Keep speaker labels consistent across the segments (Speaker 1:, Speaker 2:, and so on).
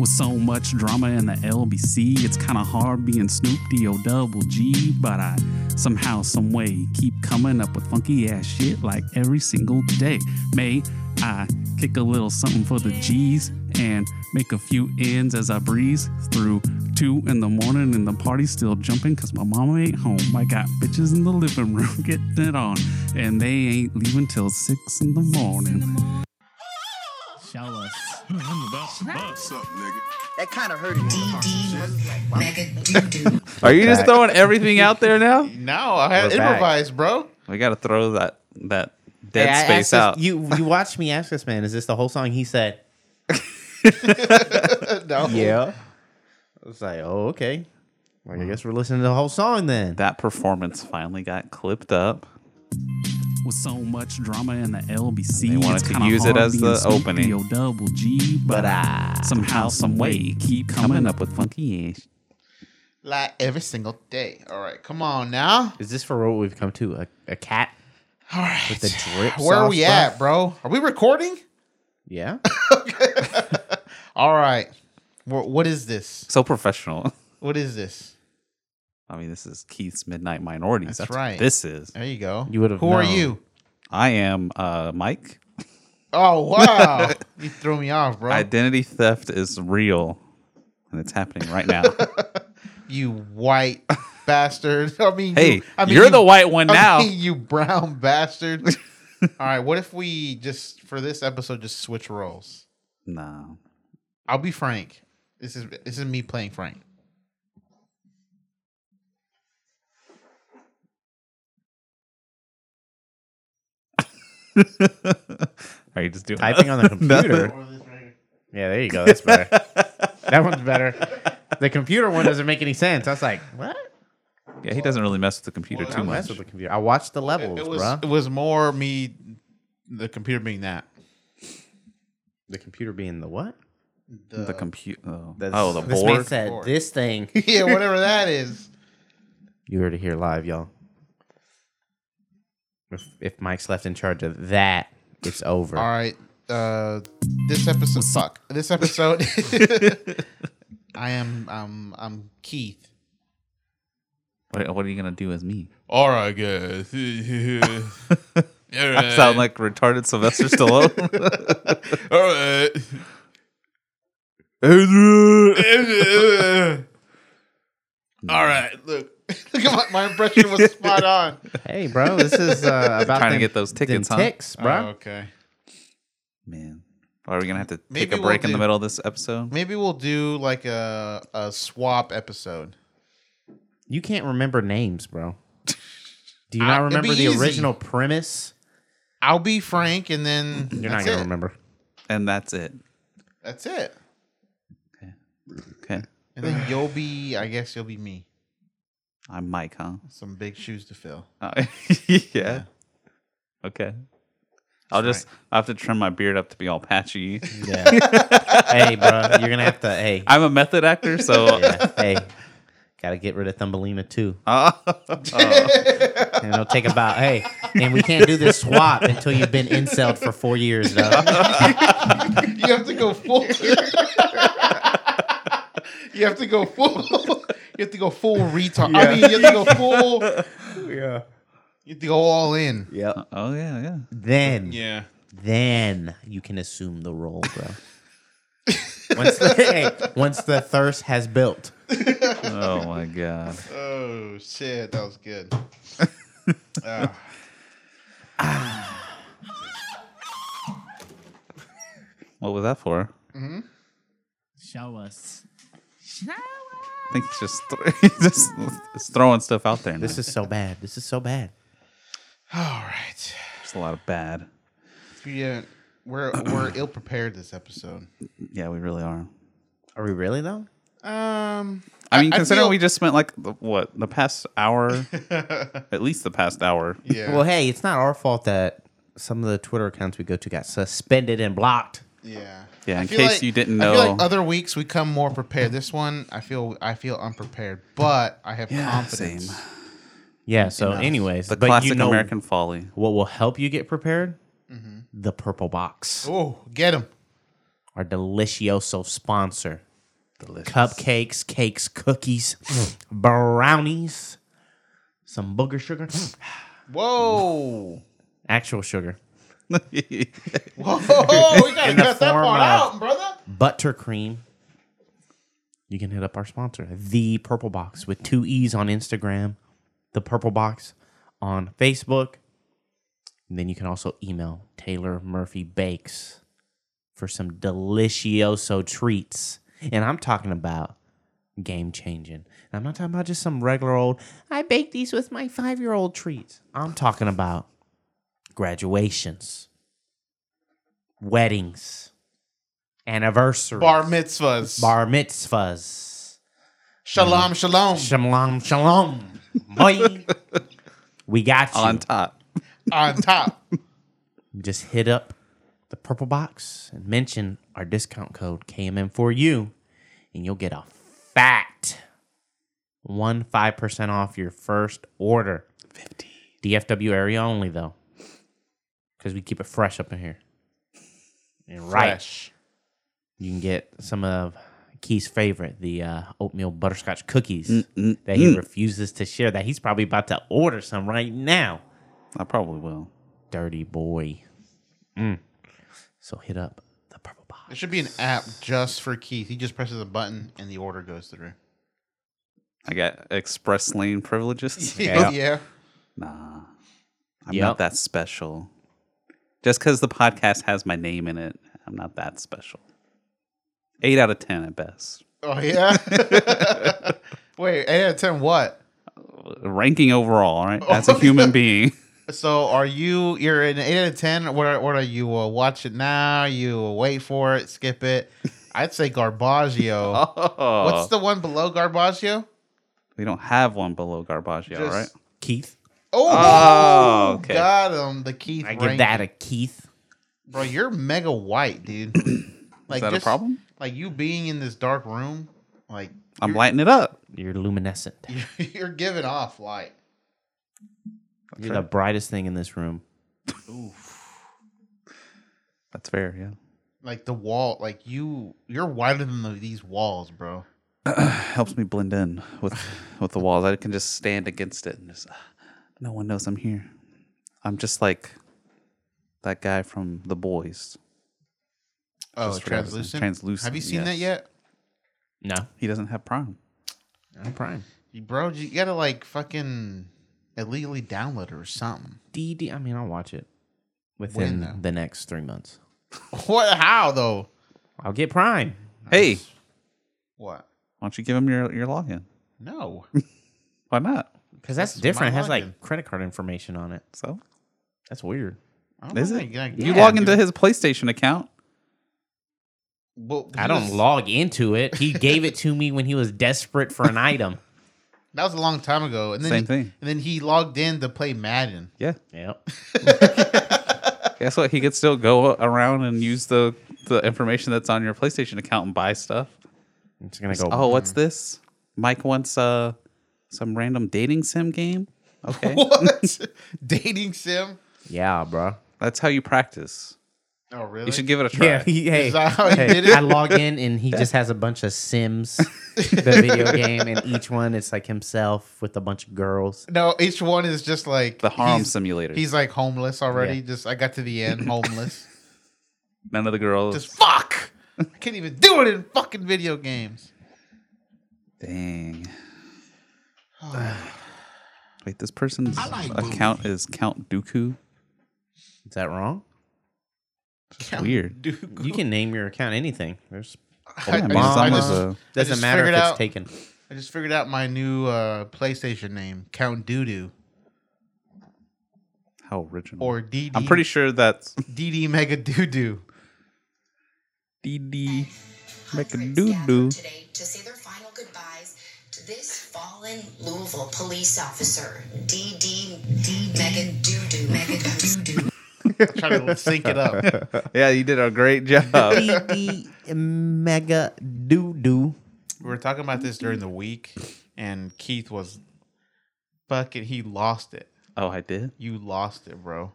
Speaker 1: With so much drama in the LBC, it's kind of hard being Snoop D-O double G, but I somehow, some way, keep coming up with funky ass shit like every single day. May I kick a little something for the G's and make a few ends as I breeze through two in the morning and the party's still jumping because my mama ain't home. I got bitches in the living room getting it on, and they ain't leaving till six in the morning.
Speaker 2: Show us.
Speaker 3: What's up, nigga?
Speaker 4: That kind of hurted
Speaker 5: Are you just
Speaker 6: Back.
Speaker 5: throwing everything out there now?
Speaker 6: No, I had
Speaker 5: We're back.
Speaker 6: improvised, bro.
Speaker 5: We got to throw that that dead
Speaker 2: Hey, I asked
Speaker 5: space
Speaker 2: this-
Speaker 5: out.
Speaker 2: you you watched me ask this man, is this the whole song? He said,
Speaker 6: no.
Speaker 2: Yeah. I was like, oh, okay. Like, I guess we're listening to the whole song then.
Speaker 5: Hmm. that performance finally got clipped up.
Speaker 1: with so much drama in the LBC.
Speaker 5: They wanted
Speaker 1: it's
Speaker 5: to
Speaker 1: kinda
Speaker 5: use it
Speaker 1: hard
Speaker 5: as
Speaker 1: being
Speaker 5: the
Speaker 1: Snoop
Speaker 5: opening. uh,
Speaker 1: D-O double G, but,
Speaker 2: But
Speaker 1: I
Speaker 2: I
Speaker 1: somehow, some way, keep coming up with funky ass.
Speaker 6: Like every single day. All right, come on now.
Speaker 2: Is this for what we've come to? A, a cat?
Speaker 6: All right.
Speaker 2: the drip
Speaker 6: Where are
Speaker 2: sauce,
Speaker 6: we
Speaker 2: bro?
Speaker 6: at, bro? Are we recording?
Speaker 2: Yeah.
Speaker 6: All right. Wha- what is this?
Speaker 5: So professional.
Speaker 6: What is this?
Speaker 5: I mean, this is Keith's Midnight
Speaker 6: That's
Speaker 5: Minorities. That's, right.
Speaker 6: right.
Speaker 5: this is.
Speaker 6: There you go.
Speaker 2: You would've
Speaker 6: Who are
Speaker 2: known.
Speaker 6: you?
Speaker 5: I am uh, Mike.
Speaker 6: Oh wow! you threw me off, bro.
Speaker 5: Identity theft is real, and it's happening right now.
Speaker 6: you white bastard. I mean,
Speaker 5: hey,
Speaker 6: you, I mean,
Speaker 5: you're
Speaker 6: you-
Speaker 5: the white one
Speaker 6: I
Speaker 5: now.
Speaker 6: mean, you brown bastard. All right, what if we just for this episode just switch roles?
Speaker 5: no,
Speaker 6: I'll be Frank. This is this is me playing Frank.
Speaker 5: are you just doing?
Speaker 2: Typing on the computer. yeah, there you go. That's better. that one's better. The computer one doesn't make any sense. I was like, what?
Speaker 5: Yeah, he doesn't really mess with the computer
Speaker 6: Well,
Speaker 5: too
Speaker 2: Don't
Speaker 5: much.
Speaker 2: mess with the computer. I watched the levels,
Speaker 6: It was
Speaker 2: bruh.
Speaker 6: it was more me, the computer being that.
Speaker 2: The computer being the what?
Speaker 6: The,
Speaker 5: The computer. Oh,
Speaker 2: That's-
Speaker 5: oh, the
Speaker 2: this man
Speaker 5: board.
Speaker 2: said
Speaker 6: Board.
Speaker 2: this thing.
Speaker 6: yeah, whatever that is.
Speaker 2: You heard it here live, y'all. If, if Mike's left in charge of that, it's over.
Speaker 6: All right, uh, this episode fuck. This episode, I am I'm I'm Keith.
Speaker 5: What, what are you gonna do as me?
Speaker 6: All right, guys.
Speaker 5: I sound like retarded Sylvester Stallone.
Speaker 6: all right. all right, look. Look at my, my impression was spot on.
Speaker 2: Hey, bro, this is uh, about
Speaker 5: Trying to
Speaker 2: them-
Speaker 5: get those
Speaker 2: them
Speaker 5: tickets, huh?
Speaker 2: ticks, bro.
Speaker 6: Oh, okay.
Speaker 5: Man, are we gonna have to
Speaker 6: Maybe
Speaker 5: take a break
Speaker 6: we'll
Speaker 5: in the
Speaker 6: do-
Speaker 5: middle of this episode?
Speaker 6: Maybe we'll do like a a swap episode.
Speaker 2: You can't remember names, bro. Do you not
Speaker 6: I- it'd
Speaker 2: remember
Speaker 6: be
Speaker 2: the
Speaker 6: easy.
Speaker 2: original premise?
Speaker 6: I'll be Frank, and then
Speaker 2: You're
Speaker 6: that's
Speaker 2: not gonna
Speaker 6: it.
Speaker 2: remember.
Speaker 5: And that's it.
Speaker 6: That's it.
Speaker 5: Okay,
Speaker 6: And then you'll be, I guess you'll be me.
Speaker 5: I'm Mike, huh?
Speaker 6: Some big shoes to fill.
Speaker 5: Uh, yeah. Okay. I'll
Speaker 6: That's
Speaker 5: just I have to trim my beard up to be all patchy.
Speaker 2: Yeah. hey, bro, you're gonna have to. Hey,
Speaker 5: I'm a method actor, so
Speaker 2: yeah, hey, gotta get rid of Thumbelina too.
Speaker 5: Oh.
Speaker 2: And it'll take about hey, and we can't do this swap until you've been incelled for four years, though.
Speaker 6: You have to go full. you have to go full. You have to go full retard. I mean, you have to go full.
Speaker 2: Yeah.
Speaker 6: You have to go all in.
Speaker 2: Yep.
Speaker 5: oh yeah, yeah.
Speaker 2: Then,
Speaker 6: Yeah.
Speaker 2: then you can assume the role, bro. once the hey, once the thirst has built.
Speaker 5: Oh my god.
Speaker 6: Oh shit, that was good. Uh,
Speaker 5: What was that for?
Speaker 6: Mm-hmm.
Speaker 2: Show us.
Speaker 5: I think he's just th- just just throwing stuff out there. This
Speaker 2: This
Speaker 5: is
Speaker 2: is so bad. This is so bad.
Speaker 6: All right.
Speaker 5: just a lot of bad.
Speaker 6: Yeah, we're we're ill prepared this episode.
Speaker 5: Yeah, we really are.
Speaker 2: Are we really though?
Speaker 6: Um,
Speaker 5: I mean,
Speaker 6: I
Speaker 5: considering
Speaker 6: feel-
Speaker 5: we just spent like the, what the past hour, at least the past hour.
Speaker 6: yeah.
Speaker 2: Well, hey, it's not our fault that some of the Twitter accounts we go to got suspended and blocked.
Speaker 6: Yeah.
Speaker 5: Yeah,
Speaker 6: I
Speaker 5: in
Speaker 6: feel
Speaker 5: case you didn't
Speaker 6: I feel like
Speaker 5: know.
Speaker 6: other weeks we come more prepared. This one, I feel I feel unprepared, but I have
Speaker 5: Yeah,
Speaker 6: confidence.
Speaker 5: same.
Speaker 2: Yeah. So, anyways,
Speaker 5: The
Speaker 2: but
Speaker 5: classic
Speaker 2: you know
Speaker 5: American folly.
Speaker 2: what will help you get prepared? The Purple Box,
Speaker 6: Oh, Mm-hmm. get him.
Speaker 2: our delicioso sponsor.
Speaker 7: Delicious.
Speaker 2: cupcakes, cakes, cookies, brownies, some booger sugar,
Speaker 6: Whoa.
Speaker 2: actual sugar,
Speaker 6: Whoa. We got to
Speaker 7: In the
Speaker 6: cut that
Speaker 7: form
Speaker 6: part
Speaker 7: of-
Speaker 6: out, brother.
Speaker 2: buttercream. You can hit up our sponsor, The Purple Box, with two E's on Instagram, The Purple Box on Facebook. And then you can also email Taylor Murphy Bakes for some delicioso treats. And I'm talking about game changing. I'm not talking about just some regular old, I bake these with my five year old treats. I'm talking about graduations, weddings, anniversaries,
Speaker 6: Bar mitzvahs.
Speaker 2: bar mitzvahs.
Speaker 6: Shalom, shalom.
Speaker 2: Shalom, shalom. Boy. we got you.
Speaker 5: on top.
Speaker 6: on top.
Speaker 2: Just hit up the purple box and mention our discount code KMM4U, and you'll get a fat one five percent off your first order. Fifty. DFW area only though, because we keep it fresh up in here. And right,
Speaker 6: Fresh.
Speaker 2: you can get some of Key's favorite, the uh, oatmeal butterscotch cookies
Speaker 5: Mm,
Speaker 2: that he refuses to share. That he's probably about to order some right now
Speaker 5: I probably will.
Speaker 2: dirty boy. Mm. So hit up the purple box.
Speaker 6: There should be an app just for Keith. He just presses a button and the order goes through.
Speaker 5: I got express lane privileges.
Speaker 6: Yeah.
Speaker 5: Nah, I'm
Speaker 2: Yep.
Speaker 5: not that special. Just because the podcast has my name in it, I'm not that special. Eight out of ten at best.
Speaker 6: Oh, yeah? Wait, 8 out of 10 what?
Speaker 5: Ranking overall, right? As a human being,
Speaker 6: So are you, you're an 8 out of 10. What are, what are you, uh, watch it now? You uh, wait for it, skip it. I'd say Garbaggio.
Speaker 5: Oh.
Speaker 6: What's the one below Garbaggio?
Speaker 5: we don't have one below Garbaggio,
Speaker 6: Just-
Speaker 5: right?
Speaker 2: Keith.
Speaker 6: Oh,
Speaker 5: Oh, okay.
Speaker 6: got him. The Keith
Speaker 2: I
Speaker 6: rank.
Speaker 2: give that a Keith.
Speaker 6: Bro, you're mega white, dude. like
Speaker 5: Is that
Speaker 6: just-
Speaker 5: a problem?
Speaker 6: Like you being in this dark room, like
Speaker 5: I'm lighting it up.
Speaker 2: You're luminescent.
Speaker 6: you're giving off light.
Speaker 2: You're the brightest thing in this room.
Speaker 5: That's fair. Yeah.
Speaker 6: Like the wall, like you, you're whiter than the, these walls, bro.
Speaker 5: helps me blend in with with the walls. I can just stand against it and just ah, no one knows I'm here. I'm just like that guy from The Boys.
Speaker 6: Oh,
Speaker 5: Just forgot his name.
Speaker 6: translucent.
Speaker 5: Translucent,
Speaker 6: Have you seen that
Speaker 5: yes.
Speaker 6: yet,
Speaker 2: No.
Speaker 5: He doesn't have prime.
Speaker 2: I'm prime.
Speaker 6: You- bro? You gotta like fucking illegally download it or something.
Speaker 2: DD. I mean, I'll watch it
Speaker 6: When,
Speaker 2: within
Speaker 6: though?
Speaker 2: the next three months.
Speaker 6: What? How though?
Speaker 2: I'll get prime.
Speaker 5: Hey,
Speaker 6: What?
Speaker 5: why don't you give him your your login?
Speaker 6: No.
Speaker 5: Why not?
Speaker 2: Because that's,
Speaker 6: That's
Speaker 2: different. It
Speaker 6: my
Speaker 2: has like
Speaker 6: login.
Speaker 2: credit card information on it.
Speaker 5: So
Speaker 2: That's weird.
Speaker 6: I
Speaker 5: is
Speaker 6: know,
Speaker 5: it?
Speaker 6: like,
Speaker 5: you
Speaker 6: yeah,
Speaker 5: log
Speaker 6: dude.
Speaker 5: into his PlayStation account.
Speaker 6: Well,
Speaker 2: I don't
Speaker 6: this-
Speaker 2: log into it. He gave it to me when he was desperate for an item.
Speaker 6: That was a long time ago. And then
Speaker 5: Same
Speaker 6: he-
Speaker 5: thing.
Speaker 6: And then he logged in to play Madden.
Speaker 5: Yeah.
Speaker 2: Yep.
Speaker 5: Guess what? He could still go around and use the the information that's on your PlayStation account and buy stuff.
Speaker 2: I'm just gonna go.
Speaker 5: Oh, what's this? Mike wants uh some random dating sim game. Okay,
Speaker 6: What? Dating sim?
Speaker 2: yeah, bro.
Speaker 5: that's how you practice.
Speaker 6: Oh, really?
Speaker 5: You should give it a try.
Speaker 2: Yeah. He, hey.
Speaker 6: Is that how he
Speaker 2: Hey,
Speaker 6: did it?
Speaker 2: I log in and he just has a bunch of Sims, the video game, and each one it's like himself with a bunch of girls.
Speaker 6: No, each one is just like
Speaker 5: The harm
Speaker 6: he's-
Speaker 5: simulator.
Speaker 6: He's like homeless already.
Speaker 2: Yeah.
Speaker 6: Just I got to the end homeless.
Speaker 5: None of the girls.
Speaker 6: just fuck. I can't even do it in fucking video games.
Speaker 5: Dang.
Speaker 6: Oh.
Speaker 5: Wait, this person's account is Count Dooku.
Speaker 2: Is that wrong?
Speaker 5: Weird.
Speaker 6: Dude,
Speaker 2: You can name your account anything. There's
Speaker 6: I, I
Speaker 5: mean,
Speaker 6: just, I
Speaker 5: it's
Speaker 6: just-
Speaker 5: almost
Speaker 2: doesn't
Speaker 6: just
Speaker 2: matter if
Speaker 6: figured
Speaker 2: it's
Speaker 6: out-
Speaker 2: taken.
Speaker 6: I just figured out my new uh, PlayStation name, Count Doodoo
Speaker 5: How original.
Speaker 6: or DD.
Speaker 5: I'm pretty sure that's
Speaker 6: DD Mega Doodoo.
Speaker 5: DD make a
Speaker 8: hundreds
Speaker 5: doo doo.
Speaker 8: gathered today to say their final goodbyes to this fallen Louisville police officer, DD Mega Doodoo Mega Doodoo.
Speaker 6: Trying to sync it up.
Speaker 5: Yeah, you did a great job.
Speaker 2: DD Mega Doo Doo.
Speaker 6: We were talking about this during the week, and Keith was fucking. He lost it.
Speaker 5: oh, I did.
Speaker 6: You lost it, bro.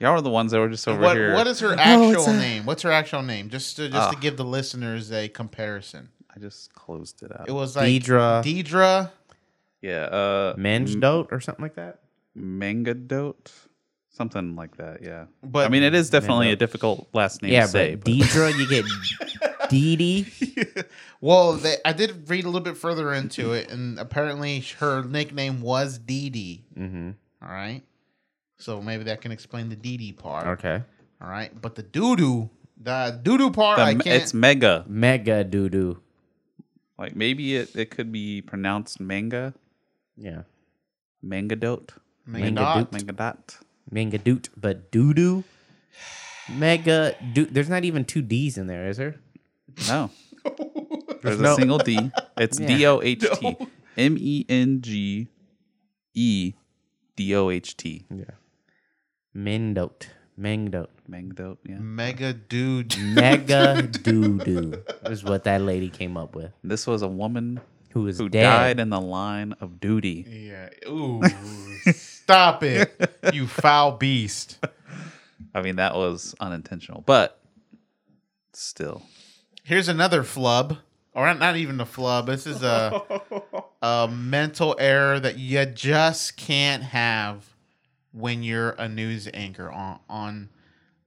Speaker 5: Y'all are the ones that were just over
Speaker 6: what
Speaker 5: here.
Speaker 6: what is her actual name? What's her actual name? Just to, just to give the listeners a comparison.
Speaker 5: Ah. I I just closed it out.
Speaker 6: It was like
Speaker 2: Deidre.
Speaker 6: Deidra.
Speaker 5: yeah, uh,
Speaker 2: Mensch dote or something like that.
Speaker 5: Mangadote, something like that. Yeah,
Speaker 6: But-
Speaker 5: but I mean, it is definitely a difficult last name
Speaker 2: yeah,
Speaker 5: to say.
Speaker 2: but
Speaker 5: but-
Speaker 2: Deidre, you get Deedee.
Speaker 6: Well, they, I did read a little bit further into it, and apparently her nickname was Dee Dee.
Speaker 2: Mm-hmm.
Speaker 6: All right. So maybe that can explain the Dee Dee part.
Speaker 2: Okay.
Speaker 6: All right. But the doo doo, the doo doo part,
Speaker 5: the
Speaker 6: I
Speaker 5: m-
Speaker 6: can't.
Speaker 5: it's mega.
Speaker 2: Mega doo doo.
Speaker 5: Like maybe it, it could be pronounced manga,
Speaker 2: Yeah.
Speaker 5: mangadote,
Speaker 6: Maybe
Speaker 2: Manga
Speaker 6: not.
Speaker 5: mangadot.
Speaker 2: Mega doot, but doo doo. Mega doot. There's not even two D's in there, is there?
Speaker 5: No, there's
Speaker 2: no-
Speaker 5: a single D. It's
Speaker 2: Yeah.
Speaker 5: D O H T M E N G E D O H T.
Speaker 2: Yeah. Mendote. Mangdote.
Speaker 5: Mangadote. Yeah.
Speaker 6: Mega dude.
Speaker 2: Mega doo doo is what that lady came up with.
Speaker 5: This was a woman
Speaker 2: Who is
Speaker 5: who
Speaker 2: dead.
Speaker 5: died in the line of duty.
Speaker 6: Yeah. Ooh. Stop it, you foul beast.
Speaker 5: I mean, that was unintentional, but still.
Speaker 6: Here's another flub, or not- not even a flub. This is a a mental error that you just can't have when you're a news anchor on on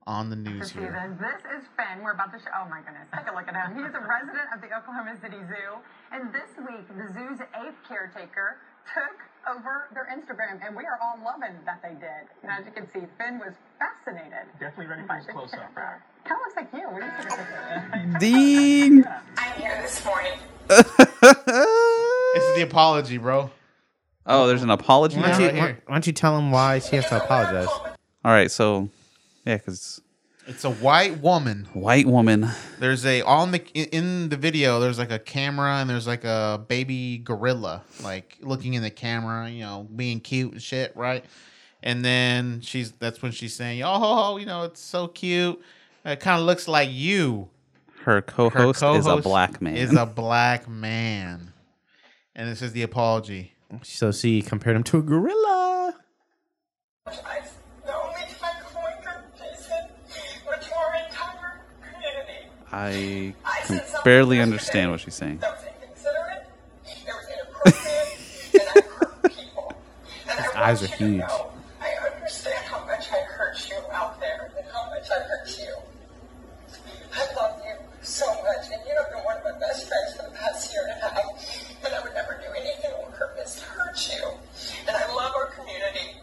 Speaker 6: on the news here.
Speaker 3: Steven, this is Finn. We're about to show. Oh my goodness, take a look at him. He's a resident of the Oklahoma City Zoo, and this week the zoo's eighth caretaker took over their Instagram, and we are all loving that they did. And as you can see, Finn was fascinated. Definitely ready for his close-up. Kind of looks like you. When you took a picture.
Speaker 5: Ding!
Speaker 3: I'm here this morning.
Speaker 6: This is the apology, bro.
Speaker 5: Oh, there's an apology.
Speaker 2: Why
Speaker 5: now?
Speaker 2: don't, you,
Speaker 6: right
Speaker 2: why,
Speaker 6: here.
Speaker 2: why don't you tell him why she has to apologize?
Speaker 5: All right, so yeah, because
Speaker 6: It's a white woman.
Speaker 5: white woman.
Speaker 6: There's a on the in the video. There's like a camera and there's like a baby gorilla like looking in the camera, you know, being cute and shit, right? And then she's that's when she's saying, "Oh, you know, it's so cute. It kind of looks like you."
Speaker 5: Her
Speaker 6: Her
Speaker 5: co-host, is a
Speaker 6: co-host
Speaker 5: black man.
Speaker 6: Is a black man, and this is the apology.
Speaker 2: So she compared him to a gorilla.
Speaker 3: I only my point for Jason, but for our entire community.
Speaker 5: I can barely understand what she's saying.
Speaker 3: That was inconsiderate. That was inappropriate. and I hurt people. And His I
Speaker 2: eyes
Speaker 3: want
Speaker 2: are
Speaker 3: you to
Speaker 2: huge.
Speaker 3: know, I understand how much I hurt you out there and how much I hurt you. I love you so much, and you don't know one of my best friends for the past year and a half. And I would never do anything on purpose to hurt you. And I love our community.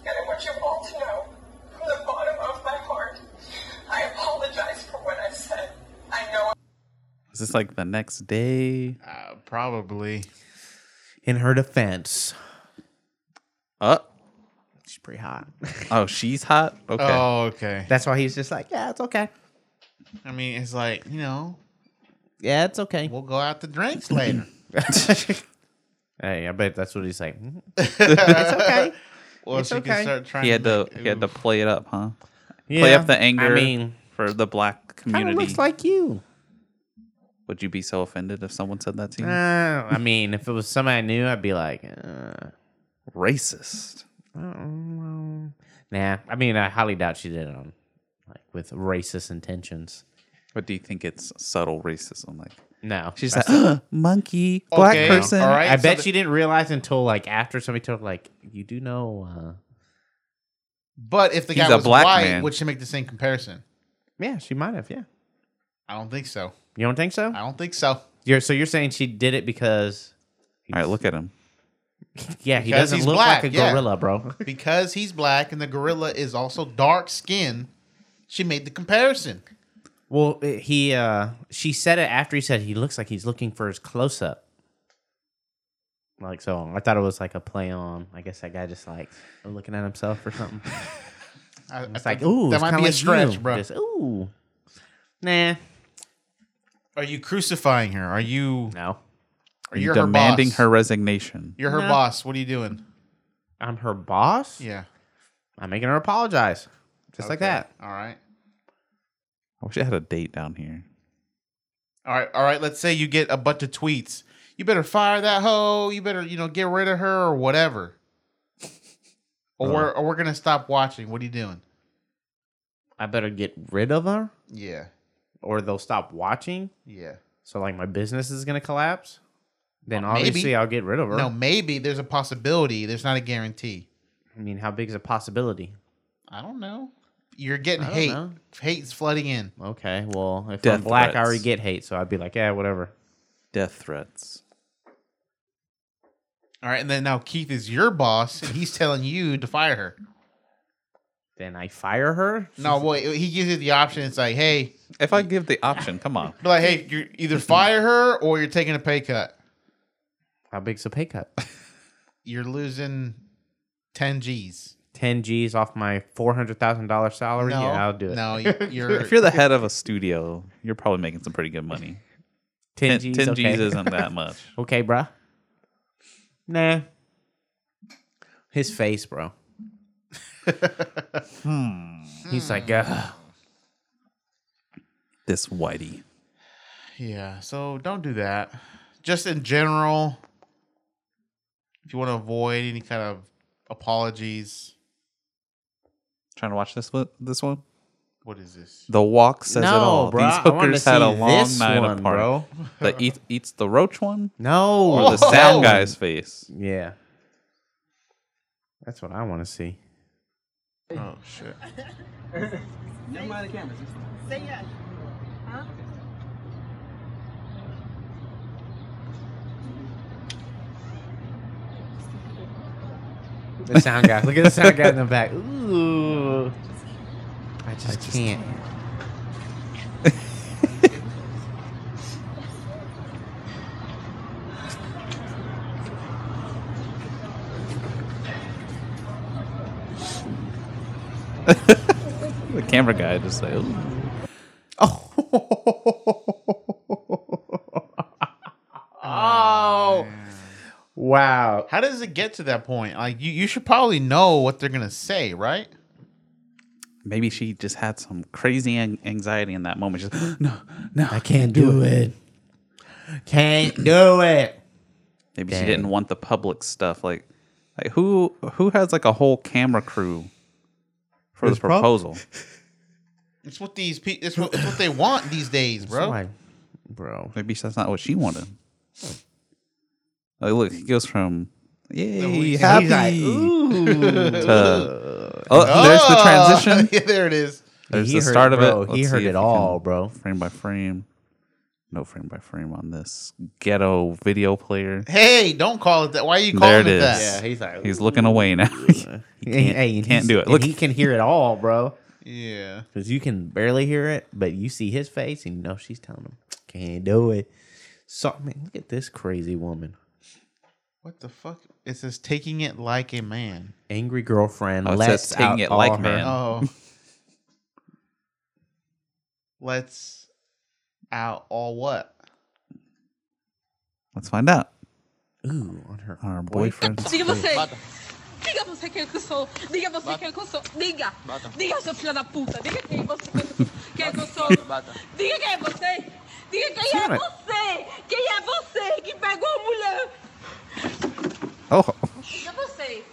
Speaker 3: And I want you all to know from the bottom of my heart, I apologize for what I said. I know
Speaker 5: Is this like the next day?
Speaker 6: Uh, probably.
Speaker 2: In her defense,
Speaker 5: Uh,
Speaker 2: she's pretty hot.
Speaker 5: oh, she's hot. Okay.
Speaker 6: Oh, okay.
Speaker 2: That's why he's just like, yeah, it's okay.
Speaker 6: I mean, it's like you know,
Speaker 2: Yeah, it's okay.
Speaker 6: we'll go out to drinks later.
Speaker 2: hey, I bet that's what he's like. "Mhm."
Speaker 6: Well,
Speaker 2: It's
Speaker 6: she
Speaker 2: okay.
Speaker 6: can start trying.
Speaker 5: he had to
Speaker 6: make-
Speaker 5: he had to play it up, huh?
Speaker 2: Yeah.
Speaker 5: Play up the anger.
Speaker 2: I mean,
Speaker 5: for the black
Speaker 2: kind of
Speaker 5: community.
Speaker 2: looks like you.
Speaker 5: Would you be so offended if someone said that to you?
Speaker 2: Uh, I mean, if it was somebody I knew, I'd be like, uh,
Speaker 5: Racist.
Speaker 2: Oh, nah. I mean, I highly doubt she did it on like with racist intentions.
Speaker 5: But do you think it's subtle racism? Like
Speaker 2: No,
Speaker 5: she's like monkey, black
Speaker 6: Okay,
Speaker 5: person.
Speaker 6: all right.
Speaker 2: I
Speaker 6: so
Speaker 2: bet
Speaker 6: the-
Speaker 2: she didn't realize until like after somebody told her, like, you do know. Uh,
Speaker 6: But if the
Speaker 5: He's
Speaker 6: guy
Speaker 5: a
Speaker 6: was
Speaker 5: black
Speaker 6: white,
Speaker 5: man.
Speaker 6: would she make the same comparison?
Speaker 2: yeah, she might have. Yeah,
Speaker 6: I don't think so.
Speaker 2: you don't think so?
Speaker 6: I don't think so.
Speaker 2: You're so you're saying she did it because
Speaker 5: All right, look at him.
Speaker 2: yeah, he
Speaker 6: Because
Speaker 2: doesn't
Speaker 6: he's
Speaker 2: look
Speaker 6: black,
Speaker 2: like a
Speaker 6: yeah.
Speaker 2: gorilla, bro.
Speaker 6: Because he's black and the gorilla is also dark skinned, she made the comparison.
Speaker 2: Well, it- he uh she said it after he said he looks like he's looking for his close up. Like so, I thought it was like a play on. I guess that guy just like looking at himself or something.
Speaker 6: I,
Speaker 2: It's like, ooh,
Speaker 6: that
Speaker 2: it's
Speaker 6: might
Speaker 2: kinda
Speaker 6: be a
Speaker 2: like
Speaker 6: stretch,
Speaker 2: you.
Speaker 6: bro.
Speaker 2: Just, ooh, nah,
Speaker 6: Are you crucifying her? Are you?
Speaker 2: no,
Speaker 6: Are you
Speaker 5: demanding
Speaker 6: her,
Speaker 5: her
Speaker 6: boss?
Speaker 5: resignation.
Speaker 6: You're her
Speaker 2: No.
Speaker 6: boss. What are you doing?
Speaker 2: I'm her boss.
Speaker 6: Yeah,
Speaker 2: I'm making her apologize, just like
Speaker 6: Okay.
Speaker 2: that.
Speaker 6: All right,
Speaker 5: I wish I had a date down here.
Speaker 6: all right, all right. Let's say you get a bunch of tweets. You better fire that hoe. You better, you know, get rid of her or whatever. Or
Speaker 2: Uh.
Speaker 6: we're or we're gonna stop watching. What are you doing?
Speaker 2: I better get rid of her,
Speaker 6: Yeah,
Speaker 2: or they'll stop watching.
Speaker 6: yeah.
Speaker 2: So like my business is gonna collapse. Then
Speaker 6: Well, maybe.
Speaker 2: obviously I'll get rid of her.
Speaker 6: No, maybe there's a possibility. There's not a guarantee.
Speaker 2: I mean, how big is a possibility?
Speaker 6: I don't know. You're getting
Speaker 2: I don't
Speaker 6: hate.
Speaker 2: know.
Speaker 6: Hate's flooding in.
Speaker 2: Okay, well if
Speaker 5: Death
Speaker 2: I'm black, I
Speaker 5: threats.
Speaker 2: already get hate, so I'd be like, yeah, whatever.
Speaker 5: Death threats.
Speaker 6: All right, and then now Keith is your boss, and he's telling you to fire her.
Speaker 2: Then I fire her.
Speaker 6: No, wait. He gives you the option. It's like, hey,
Speaker 5: If I give the option, come on.
Speaker 6: but like, hey, you either fire her or you're taking a pay cut.
Speaker 2: How big's a pay cut?
Speaker 6: You're losing ten G's.
Speaker 2: Ten G's off my four hundred thousand dollar salary.
Speaker 6: No,
Speaker 2: yeah, I'll do it.
Speaker 6: No, you- you're.
Speaker 5: If you're the head of a studio, you're probably making some pretty good money.
Speaker 2: ten,
Speaker 5: 10
Speaker 2: G's.
Speaker 5: 10
Speaker 2: okay.
Speaker 5: G's isn't that much.
Speaker 2: Okay, bruh. Nah. His face, bro. He's like, Ugh.
Speaker 5: This whitey.
Speaker 6: yeah. So don't do that. Just in general, if you want to avoid any kind of apologies,
Speaker 5: Trying to watch this one? This one?
Speaker 6: what is this?
Speaker 5: The walk says it
Speaker 2: No,
Speaker 5: all.
Speaker 2: bruh,
Speaker 5: These
Speaker 2: I wanted to
Speaker 5: hookers had a
Speaker 2: see
Speaker 5: long
Speaker 2: this
Speaker 5: night
Speaker 2: one,
Speaker 5: apart.
Speaker 2: bro.
Speaker 5: The eat, eats the roach one
Speaker 2: no.
Speaker 5: or the
Speaker 6: Oh.
Speaker 5: sound guy's face.
Speaker 2: Yeah. That's what I want to see.
Speaker 6: Oh shit!
Speaker 2: The sound guy. Look at the sound guy in the back. Ooh. I just, can't.
Speaker 5: The camera guy just like, "Ooh."
Speaker 2: Oh. Wow.
Speaker 6: How does it get to that point? Like you, you should probably know what they're gonna say, right?
Speaker 5: maybe she just had some crazy an- anxiety in that moment. She's like, no, no.
Speaker 2: I can't do it. Can't do it.
Speaker 5: Maybe she didn't want the public stuff. Like, like who who has like a whole camera crew for the proposal?
Speaker 6: It's what these people. It's what, it's what they want these days, bro.
Speaker 2: Like, bro.
Speaker 5: Maybe that's not what she wanted. Like, look, he goes from yay
Speaker 6: he's
Speaker 5: happy
Speaker 2: like,
Speaker 5: to oh, there's the transition.
Speaker 6: Ah, yeah, there it is.
Speaker 5: There's
Speaker 2: He
Speaker 5: the
Speaker 2: heard-
Speaker 5: start of
Speaker 2: bro,
Speaker 5: it.
Speaker 2: he
Speaker 5: Let's
Speaker 2: heard
Speaker 5: see if we
Speaker 2: it all,
Speaker 5: can-
Speaker 2: bro.
Speaker 5: Frame by frame. No frame by frame on this ghetto video player.
Speaker 6: Hey, don't call it that. Why are you
Speaker 5: There
Speaker 6: calling it,
Speaker 5: it is.
Speaker 6: that?
Speaker 2: He's like,
Speaker 5: He's looking away now. he can't,
Speaker 2: and
Speaker 5: can't
Speaker 2: he's-
Speaker 5: do it.
Speaker 2: and
Speaker 5: Look,
Speaker 2: he can hear it all, bro.
Speaker 6: Yeah.
Speaker 2: Because you can barely hear it, but you see his face and you know she's telling him, can't do it. So, man, look at this crazy woman.
Speaker 6: What the fuck? It says taking it like a man.
Speaker 2: Angry girlfriend.
Speaker 5: Oh, it says
Speaker 2: lets
Speaker 5: taking
Speaker 2: out
Speaker 5: it
Speaker 2: all
Speaker 5: like
Speaker 2: her-
Speaker 5: man.
Speaker 6: Oh. Let's out all what?
Speaker 5: let's find out.
Speaker 2: Ooh, on her.
Speaker 5: Our boyfriend.
Speaker 9: Diga você. Diga você quem que eu sou. Diga você quem que eu sou. Diga. Diga, seu filho da puta. Diga quem você quem que eu sou. Diga quem é você. Diga quem é
Speaker 2: Senhora.
Speaker 9: você. Quem é você que pegou a mulher.
Speaker 5: Oh,
Speaker 9: Diga você.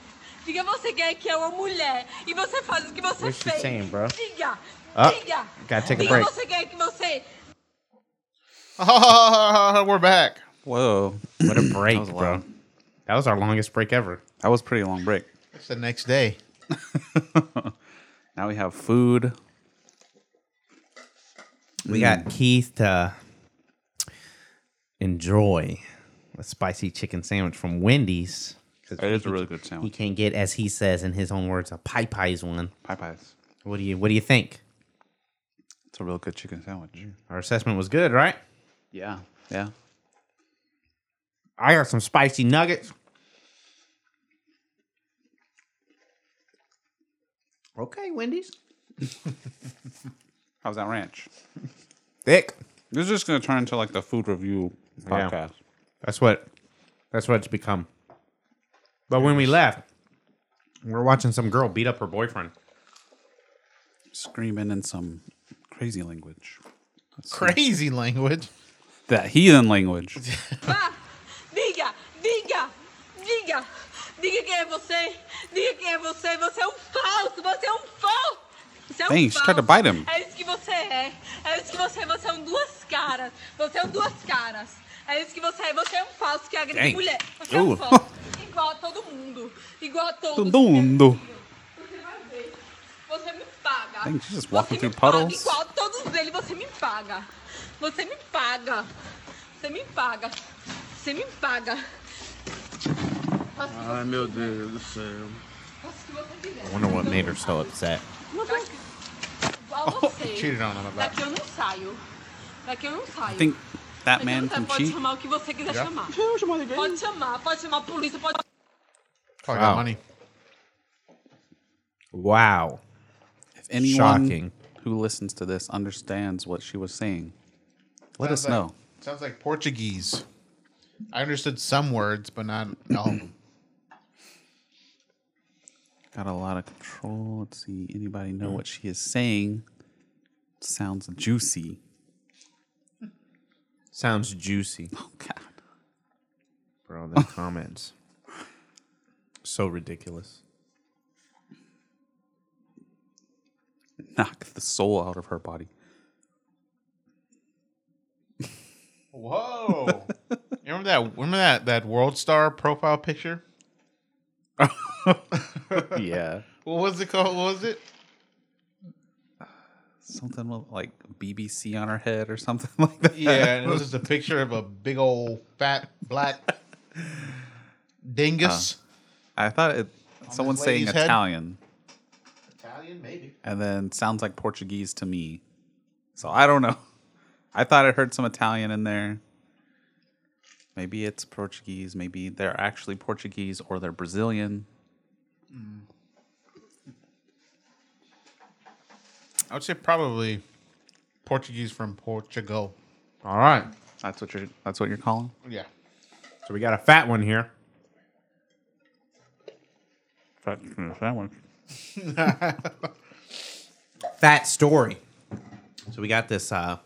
Speaker 9: Diga você quem é que é uma mulher. E você faz o que você
Speaker 2: What's she
Speaker 9: fez.
Speaker 2: saying, bro?
Speaker 9: Diga.
Speaker 2: Ah,
Speaker 9: diga.
Speaker 2: gotta take a
Speaker 9: diga
Speaker 2: break.
Speaker 9: você quem é que você...
Speaker 6: We're back.
Speaker 5: whoa.
Speaker 2: What a break,
Speaker 5: was
Speaker 2: bro.
Speaker 5: loud.
Speaker 2: That was our longest break ever.
Speaker 5: That was a pretty long break.
Speaker 6: It's the next day.
Speaker 5: Now we have food.
Speaker 2: We
Speaker 5: Mm.
Speaker 2: got Keith to enjoy a spicy chicken sandwich from Wendy's. 'Cause
Speaker 5: It is a really good
Speaker 2: He
Speaker 5: sandwich.
Speaker 2: can't get, as he says in his own words, a pie pies one.
Speaker 5: Pie pies.
Speaker 2: What do you What do you think? Mm.
Speaker 5: It's a real good chicken sandwich.
Speaker 2: Our assessment was good, right?
Speaker 5: Yeah. Yeah.
Speaker 2: I got some spicy nuggets. Okay, Wendy's.
Speaker 5: How's that ranch?
Speaker 2: Thick.
Speaker 5: This is just gonna turn into like the food review
Speaker 2: Yeah.
Speaker 5: podcast.
Speaker 2: That's what that's what it's become. But when we left, we we're watching some girl beat up her boyfriend.
Speaker 5: Screaming in some crazy language.
Speaker 6: Crazy language.
Speaker 5: That heathen language.
Speaker 9: Vá. Ah, Diga. Diga. Diga. Diga quem é você. Diga quem é você. Você é um falso. Você é um falso. Você é um
Speaker 5: Bem, she tried to
Speaker 9: falso.
Speaker 5: bite him.
Speaker 9: É isso que você é. É isso que você é. Você é um duas caras. Você é um duas caras. É isso que você é. Você é um falso que agride
Speaker 5: Dang.
Speaker 9: mulher. Você é
Speaker 5: Uh.
Speaker 9: um falso. Igual a todo mundo. Igual a todos. né?
Speaker 5: Todo mundo.
Speaker 9: Você vai ver. Você me paga.
Speaker 5: Dang, she's just
Speaker 9: Você
Speaker 5: walking
Speaker 9: me
Speaker 5: through
Speaker 9: paga.
Speaker 5: puddles.
Speaker 9: Igual a todos eles, você me paga. Você me paga. Você me paga. Você me paga.
Speaker 10: Ai, meu Deus do céu.
Speaker 9: Faça o que você quiser.
Speaker 2: I wonder what made her Oh, so upset.
Speaker 9: Igual a você.
Speaker 6: Cheated on him about
Speaker 9: Daqui eu não saio. Daqui eu não saio.
Speaker 5: I think that
Speaker 9: Daqui
Speaker 5: man
Speaker 9: eu não saio.
Speaker 5: can
Speaker 9: pode
Speaker 5: cheat.
Speaker 9: chamar o que você quiser chamar. Pode chamar, pode chamar a polícia, pode
Speaker 6: Probably
Speaker 2: Wow.
Speaker 6: got money.
Speaker 2: Wow.
Speaker 5: If anyone
Speaker 2: Shocking.
Speaker 5: who listens to this understands what she was saying, let us
Speaker 6: Sounds like-
Speaker 5: know.
Speaker 6: Sounds like Portuguese. I understood some words, but not all of them.
Speaker 5: Got a lot of control. Let's see. Anybody
Speaker 6: Hmm.
Speaker 5: know what she is saying? Sounds juicy.
Speaker 2: Sounds juicy.
Speaker 5: Oh God.
Speaker 2: Bro, the comments. So ridiculous.
Speaker 5: Knock the soul out of her body.
Speaker 6: Whoa! you remember that? Remember that that World Star profile picture?
Speaker 5: Yeah.
Speaker 6: What was it called? What was it?
Speaker 5: Something with, like BBC on her head or something like that.
Speaker 6: Yeah, and it was just a picture of a big old fat black dingus.
Speaker 5: Uh, I thought it. someone
Speaker 6: this
Speaker 5: saying
Speaker 6: lady's head?
Speaker 5: Italian
Speaker 6: Italian, maybe.
Speaker 5: and then sounds like Portuguese to me. So I don't know. I thought I heard some Italian in there. Maybe it's Portuguese. Maybe they're actually Portuguese or they're Brazilian.
Speaker 6: Mm. I would say probably Portuguese from Portugal.
Speaker 2: All right.
Speaker 5: That's what you're. That's what you're calling.
Speaker 6: Yeah.
Speaker 2: So we got a fat one here.
Speaker 5: That one.
Speaker 2: Fat story. So we got this uh,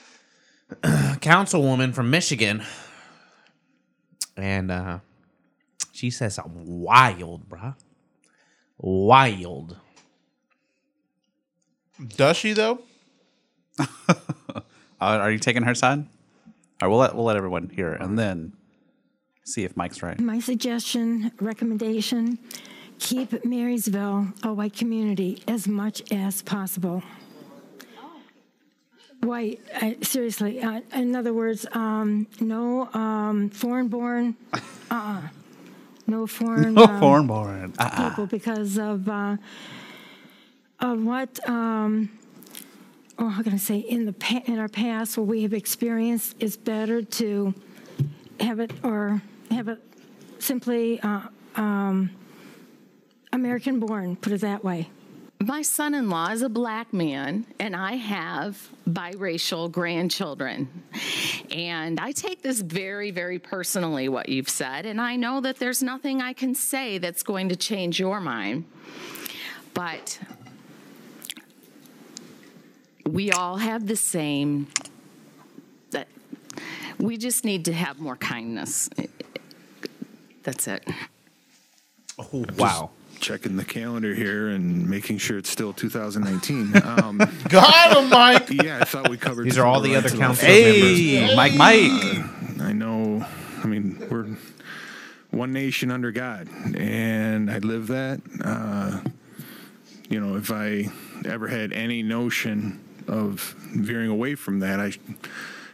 Speaker 2: councilwoman from Michigan. And uh, she says something wild, bruh. Wild.
Speaker 6: Does she though?
Speaker 5: Uh, are you taking her side? All right, we'll let we'll let everyone hear it and then see if Mike's right.
Speaker 11: My suggestion, recommendation keep Marysville a white community as much as possible. White, I, seriously. Uh, in other words, um, no um, foreign born, uh, no foreign, um,
Speaker 5: foreign born.
Speaker 11: people because of uh, of what um, oh, how can I say in the pa- in our past what we have experienced. It's better to have it or have it simply uh, um, American born. Put it that way.
Speaker 12: My son in law is a black man, and I have biracial grandchildren. And I take this very, very personally, what you've said. And I know that there's nothing I can say that's going to change your mind. But we all have the same, that we just need to have more kindness. That's it.
Speaker 2: Oh, wow.
Speaker 10: Checking the calendar here and making sure it's still 2019. Um,
Speaker 6: God Almighty!
Speaker 10: yeah, I thought we covered.
Speaker 2: These are all the
Speaker 10: civil
Speaker 2: other
Speaker 10: rights laws.
Speaker 2: council members.
Speaker 5: Hey, Mike, Mike.
Speaker 10: uh, I know. I mean, we're one nation under God, and I live that. Uh, you know, if I ever had any notion of veering away from that, I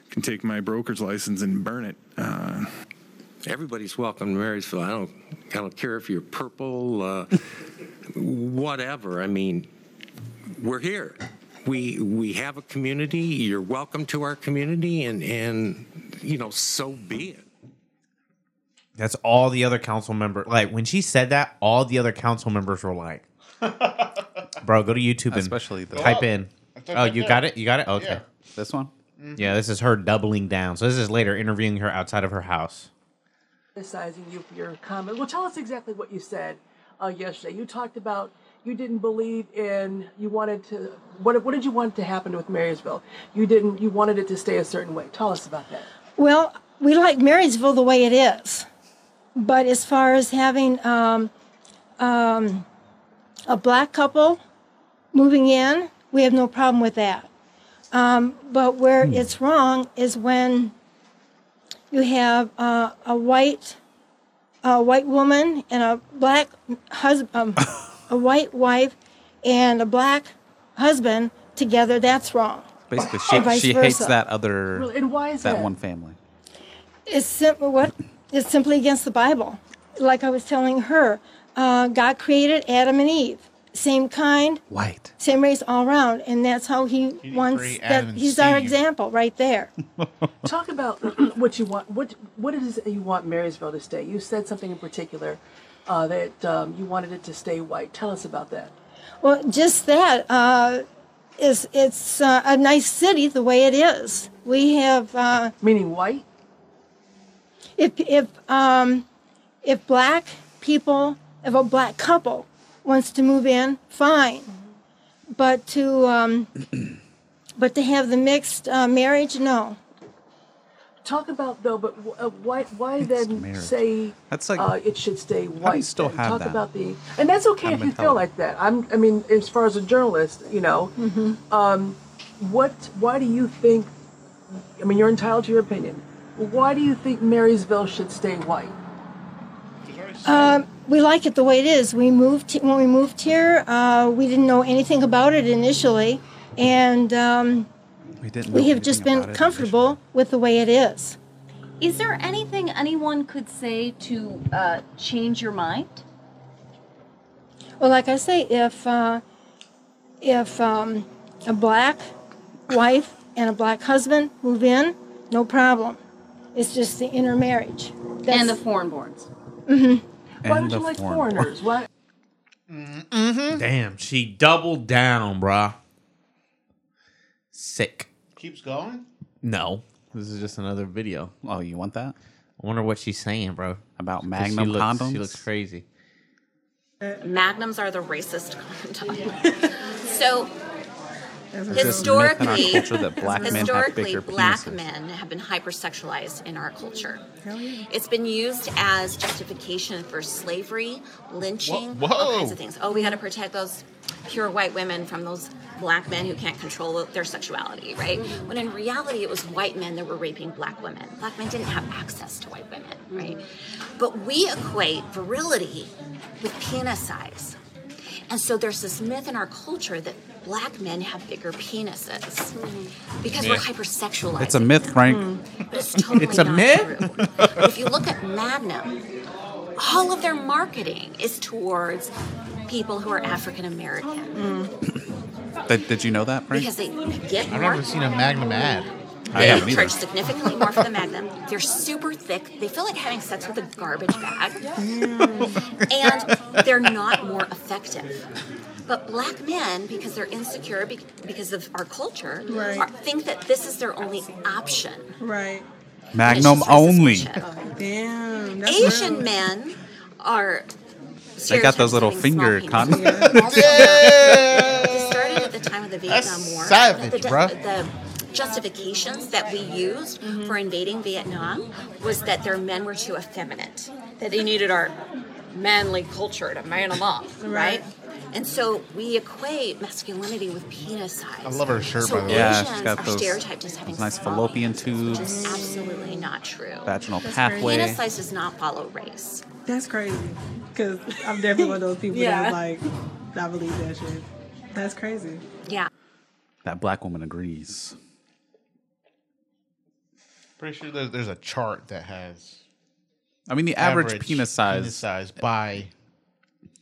Speaker 10: can take my broker's license and burn it. Uh,
Speaker 8: Everybody's welcome to Marysville. I don't, I don't care if you're purple, uh, whatever. I mean, we're here. We we have a community. You're welcome to our community, and and you know, so be it.
Speaker 2: That's all the other council member. Like when she said that, all the other council members were like, "Bro, go to YouTube and
Speaker 5: Especially the-
Speaker 2: type in."
Speaker 6: it
Speaker 2: Oh,
Speaker 6: right
Speaker 2: you
Speaker 6: there.
Speaker 2: got it. You got it. Okay.
Speaker 5: This one.
Speaker 2: Yeah. this is her doubling down. So this is later interviewing her outside of her house.
Speaker 13: Criticizing you for your comment. Well, tell us exactly what you said uh, yesterday. You talked about you didn't believe in you wanted to. What what did you want to happen with Marysville? You didn't. You wanted it to stay a certain way. Tell us about that.
Speaker 11: Well, we like Marysville the way it is, but as far as having um, um, a black couple moving in, we have no problem with that. Um, but where it's wrong is when you have uh, a white a white woman and a black husband, um, a white wife and a black husband together. That's wrong.
Speaker 5: Basically,
Speaker 14: Oh,
Speaker 11: Or vice
Speaker 5: she, she hates
Speaker 11: versa.
Speaker 5: that other
Speaker 11: Well, and why is
Speaker 5: that
Speaker 11: that?
Speaker 5: one family.
Speaker 11: It's simply what it's simply against the Bible. Like I was telling her, uh, God created Adam and Eve, same kind,
Speaker 5: White.
Speaker 11: same race all around, and that's how He wants.
Speaker 5: create Adam
Speaker 11: That
Speaker 5: and
Speaker 11: He's our
Speaker 5: Steve.
Speaker 11: example right there.
Speaker 13: Talk about what you want. What what is it you want Marysville to stay? You said something in particular uh, that um, you wanted it to stay white. Tell us about that.
Speaker 11: Well, just that uh, is it's uh, a nice city the way it is. We have uh,
Speaker 13: meaning white.
Speaker 11: If if um, if black people, if a black couple wants to move in, fine. But to um, but to have the mixed uh, marriage, no.
Speaker 13: Talk about though, but wh- uh, why why then
Speaker 5: marriage.
Speaker 13: say
Speaker 5: That's like-
Speaker 13: uh, it should stay white?
Speaker 5: still
Speaker 13: then?
Speaker 5: have
Speaker 13: Talk
Speaker 5: that
Speaker 13: about the and that's okay
Speaker 5: kind
Speaker 13: if
Speaker 5: of
Speaker 13: you feel
Speaker 5: mentality?
Speaker 13: like that. I'm I mean as far as a journalist, you know,
Speaker 15: Mm-hmm.
Speaker 13: um, what why do you think? I mean, you're entitled to your opinion. Why do you think Marysville should stay white?
Speaker 11: Um, we like it the way it is. We moved when we moved here. Uh, we didn't know anything about it initially, and um,
Speaker 5: We didn't.
Speaker 11: we
Speaker 5: know
Speaker 11: have just
Speaker 5: anything
Speaker 11: been
Speaker 5: about it.
Speaker 11: comfortable with the way it is.
Speaker 16: Is there anything anyone could say to uh, change your mind?
Speaker 11: Well, like I say, if uh, if um, a black wife and a black husband move in, no problem. It's just the intermarriage.
Speaker 16: and the foreign-borns.
Speaker 11: hmm
Speaker 13: Why
Speaker 16: And
Speaker 13: don't you
Speaker 16: the
Speaker 13: like
Speaker 16: foreign-
Speaker 13: foreigners? Why?
Speaker 6: Mm-hmm.
Speaker 2: Mm-hmm. Damn, she doubled down, bruh. Sick.
Speaker 6: Keeps going.
Speaker 2: No, this is just another video.
Speaker 5: Oh, you want that?
Speaker 2: I wonder what she's saying, bro.
Speaker 5: About
Speaker 2: 'Cause she
Speaker 5: Magnum
Speaker 2: looks, She
Speaker 5: condoms?
Speaker 2: looks crazy.
Speaker 14: Magnums are the racist condom. so
Speaker 5: is just myth in
Speaker 14: historically,
Speaker 5: our culture that black men have
Speaker 14: historically,
Speaker 5: bigger
Speaker 14: black
Speaker 5: penises.
Speaker 14: men have been hypersexualized in our culture. It's been used as justification for slavery, lynching,
Speaker 17: Wha-
Speaker 14: all
Speaker 17: whoa.
Speaker 14: kinds of things. Oh, we got to protect those pure white women from those black men who can't control their sexuality, right? When in reality, it was white men that were raping black women. Black men didn't have access to white women, right? But we equate virility with penis size. And so there's this myth in our culture that black men have bigger penises because we're
Speaker 5: Yeah.
Speaker 14: hypersexualized. Mm.
Speaker 5: It's a myth, Frank.
Speaker 14: But it's totally
Speaker 5: It's a
Speaker 14: not
Speaker 5: myth?
Speaker 14: true. if you look at Magnum, all of their marketing is towards people who are African American
Speaker 5: Did, did you know that, Frank?
Speaker 14: because they get
Speaker 5: I've
Speaker 14: more.
Speaker 5: never seen a Magnum ad. I
Speaker 14: They
Speaker 5: haven't either.
Speaker 14: charge significantly more for the Magnum. They're super thick. They feel like having sex with a garbage bag. and they're not more effective. But black men, because they're insecure bec- because of our culture,
Speaker 18: Right.
Speaker 14: are, think that this is their only option.
Speaker 18: Right.
Speaker 5: Magnum only.
Speaker 18: Damn. That's
Speaker 14: Asian
Speaker 18: real.
Speaker 14: men are.
Speaker 5: They got those
Speaker 14: stereotyped
Speaker 5: little
Speaker 14: as having
Speaker 5: finger
Speaker 14: small
Speaker 5: con.
Speaker 14: penises. Also, It started at the time of the Vietnam War.
Speaker 6: savage,
Speaker 14: the, the-
Speaker 6: bruh.
Speaker 14: the justifications that we used for invading Vietnam was that their men were too effeminate, that they needed our manly culture to man them up, right?
Speaker 18: Right.
Speaker 14: And so we equate masculinity with penis size.
Speaker 5: I love her shirt,
Speaker 14: so
Speaker 5: by the way. Yeah,
Speaker 14: Asians
Speaker 5: she's got
Speaker 14: are
Speaker 5: those-
Speaker 14: stereotyped as having
Speaker 5: those nice
Speaker 14: small
Speaker 5: fallopian
Speaker 14: penises, which
Speaker 5: tubes.
Speaker 14: is absolutely not true.
Speaker 5: Vaginal That's crazy. pathway.
Speaker 14: Penis size does not follow race.
Speaker 18: That's crazy. Because I'm definitely one of those people
Speaker 14: Yeah.
Speaker 18: that's like, I believe that shit. That's crazy.
Speaker 14: Yeah.
Speaker 5: That black woman agrees.
Speaker 6: Pretty sure there's, there's a chart that has
Speaker 5: I mean, the average, penis size.
Speaker 6: penis size by.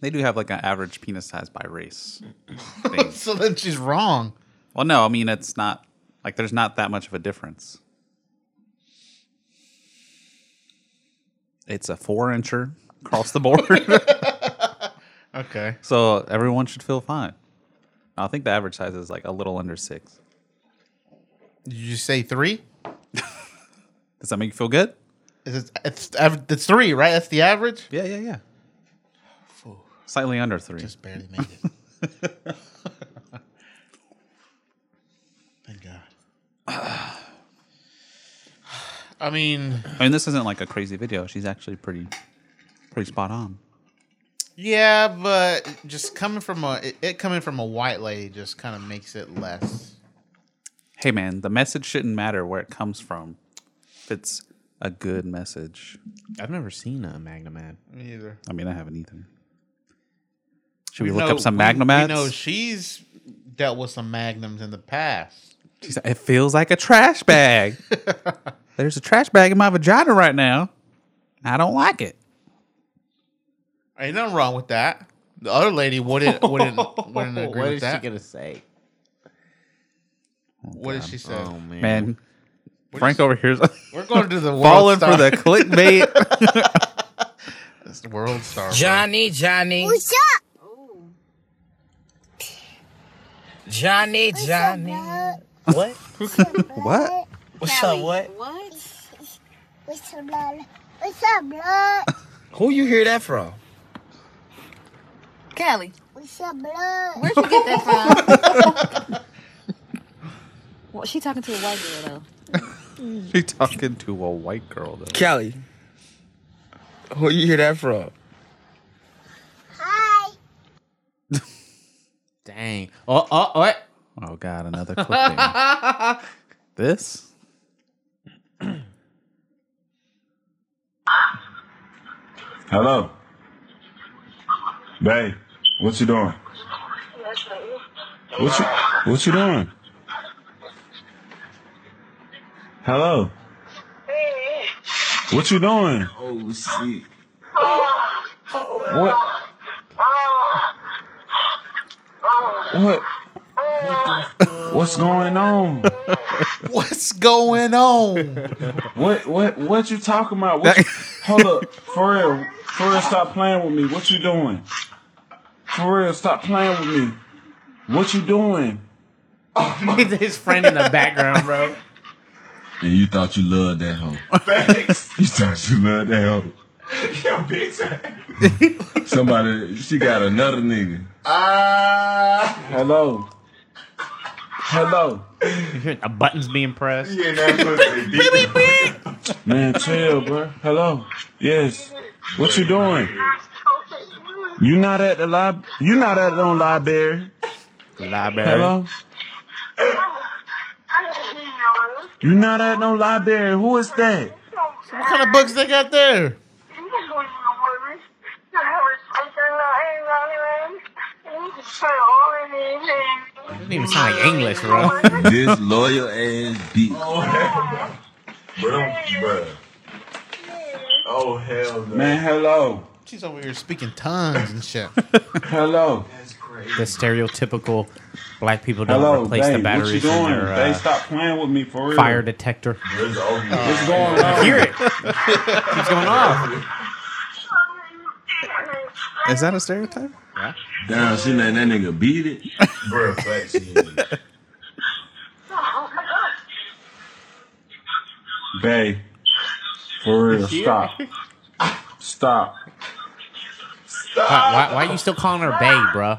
Speaker 5: They do have like an average penis size by race.
Speaker 6: so then she's wrong.
Speaker 5: Well, no, I mean it's not like there's not that much of a difference. It's a four incher across the board.
Speaker 6: Okay.
Speaker 5: So everyone should feel fine. I think the average size is like a little under six.
Speaker 6: Did you say three?
Speaker 5: Does that make you feel good?
Speaker 6: Is it, it's aver- it's three, right? That's the average.
Speaker 5: Yeah, yeah, yeah. Slightly under three. Just
Speaker 6: barely made it. Thank God. I mean,
Speaker 5: I mean, this isn't like a crazy video. She's actually pretty, pretty spot on.
Speaker 6: Yeah, but just coming from a it, it coming from a white lady just kind of makes it less.
Speaker 5: Hey, man, the message shouldn't matter where it comes from. If it's a good message.
Speaker 2: I've never seen a Magnum ad.
Speaker 6: Me either.
Speaker 5: I mean, uh, I haven't either. Should we,
Speaker 6: We
Speaker 5: look
Speaker 6: know-
Speaker 5: up some
Speaker 6: we-
Speaker 5: Magnum
Speaker 6: we
Speaker 5: ads?
Speaker 6: know she's dealt with some magnums in the past.
Speaker 5: She's like, it feels like a trash bag. There's a trash bag in my vagina right now. I don't like it.
Speaker 6: Ain't nothing wrong with that. The other lady wouldn't wouldn't wouldn't agree
Speaker 2: What
Speaker 6: with
Speaker 2: is she
Speaker 6: that.
Speaker 2: gonna say?
Speaker 6: What did she say?
Speaker 2: Oh,
Speaker 5: Man,
Speaker 6: What
Speaker 5: Frank
Speaker 6: is-
Speaker 5: over here's
Speaker 6: We're going to the world
Speaker 5: falling
Speaker 6: star.
Speaker 5: for the clickbait.
Speaker 6: That's the world star. bro.
Speaker 10: Johnny, Johnny. What's up? Johnny, Johnny. What?
Speaker 5: what?
Speaker 10: What's up, what?
Speaker 16: What? What's up, blood? What's up, blood?
Speaker 10: Who you hear that from?
Speaker 16: Kelly. What's up, blood? Where'd you get that from?
Speaker 19: Well, she talking to a white girl though.
Speaker 15: Mm.
Speaker 5: she talking to a white girl though.
Speaker 10: Kelly. Who you hear that from?
Speaker 2: Dang. Oh, oh, oh.
Speaker 5: Oh god, another clickbait. this?
Speaker 3: Hello. Babe, what you doing? What you what you doing? Hello. What you doing?
Speaker 16: oh, shit.
Speaker 3: What what what's going on?
Speaker 6: What's going on?
Speaker 3: What what what you talking about? What you- hold up, for real, for real, stop playing with me. What you doing? For real, stop playing with me. What you doing?
Speaker 2: His friend in the background, bro.
Speaker 3: And you thought you loved that hoe. you thought you loved that hoe. Yo, bitch. Somebody, she got another nigga. Ah. Hello. Hello.
Speaker 2: A button's being pressed.
Speaker 3: Yeah, that pussy Man, chill, bro. Hello. Oh, Yes. What you doing? You not at the lib? You not at the library?
Speaker 2: Library.
Speaker 3: Hello. You not at no library. Who is that?
Speaker 6: What kind of books they got there?
Speaker 2: Doesn't even sound like English, bro.
Speaker 3: this loyal ass bitch. Oh hell no. Man, hello.
Speaker 6: She's over here speaking tongues and shit.
Speaker 3: Hello.
Speaker 2: The stereotypical black people don't
Speaker 3: Hello,
Speaker 2: replace
Speaker 3: babe,
Speaker 2: the batteries
Speaker 3: what you
Speaker 2: in
Speaker 3: doing?
Speaker 2: their
Speaker 3: Babe,
Speaker 2: uh,
Speaker 3: stop playing with me for real.
Speaker 2: fire detector.
Speaker 3: What's going on?
Speaker 2: Hear it. Keeps going off.
Speaker 5: Is that a stereotype?
Speaker 2: Yeah.
Speaker 3: Damn, she letting that nigga beat it. Bro,
Speaker 15: Oh,
Speaker 3: Babe, for real,
Speaker 2: Here.
Speaker 3: stop. Stop.
Speaker 2: Why, uh, why, why are you still calling her babe, bro?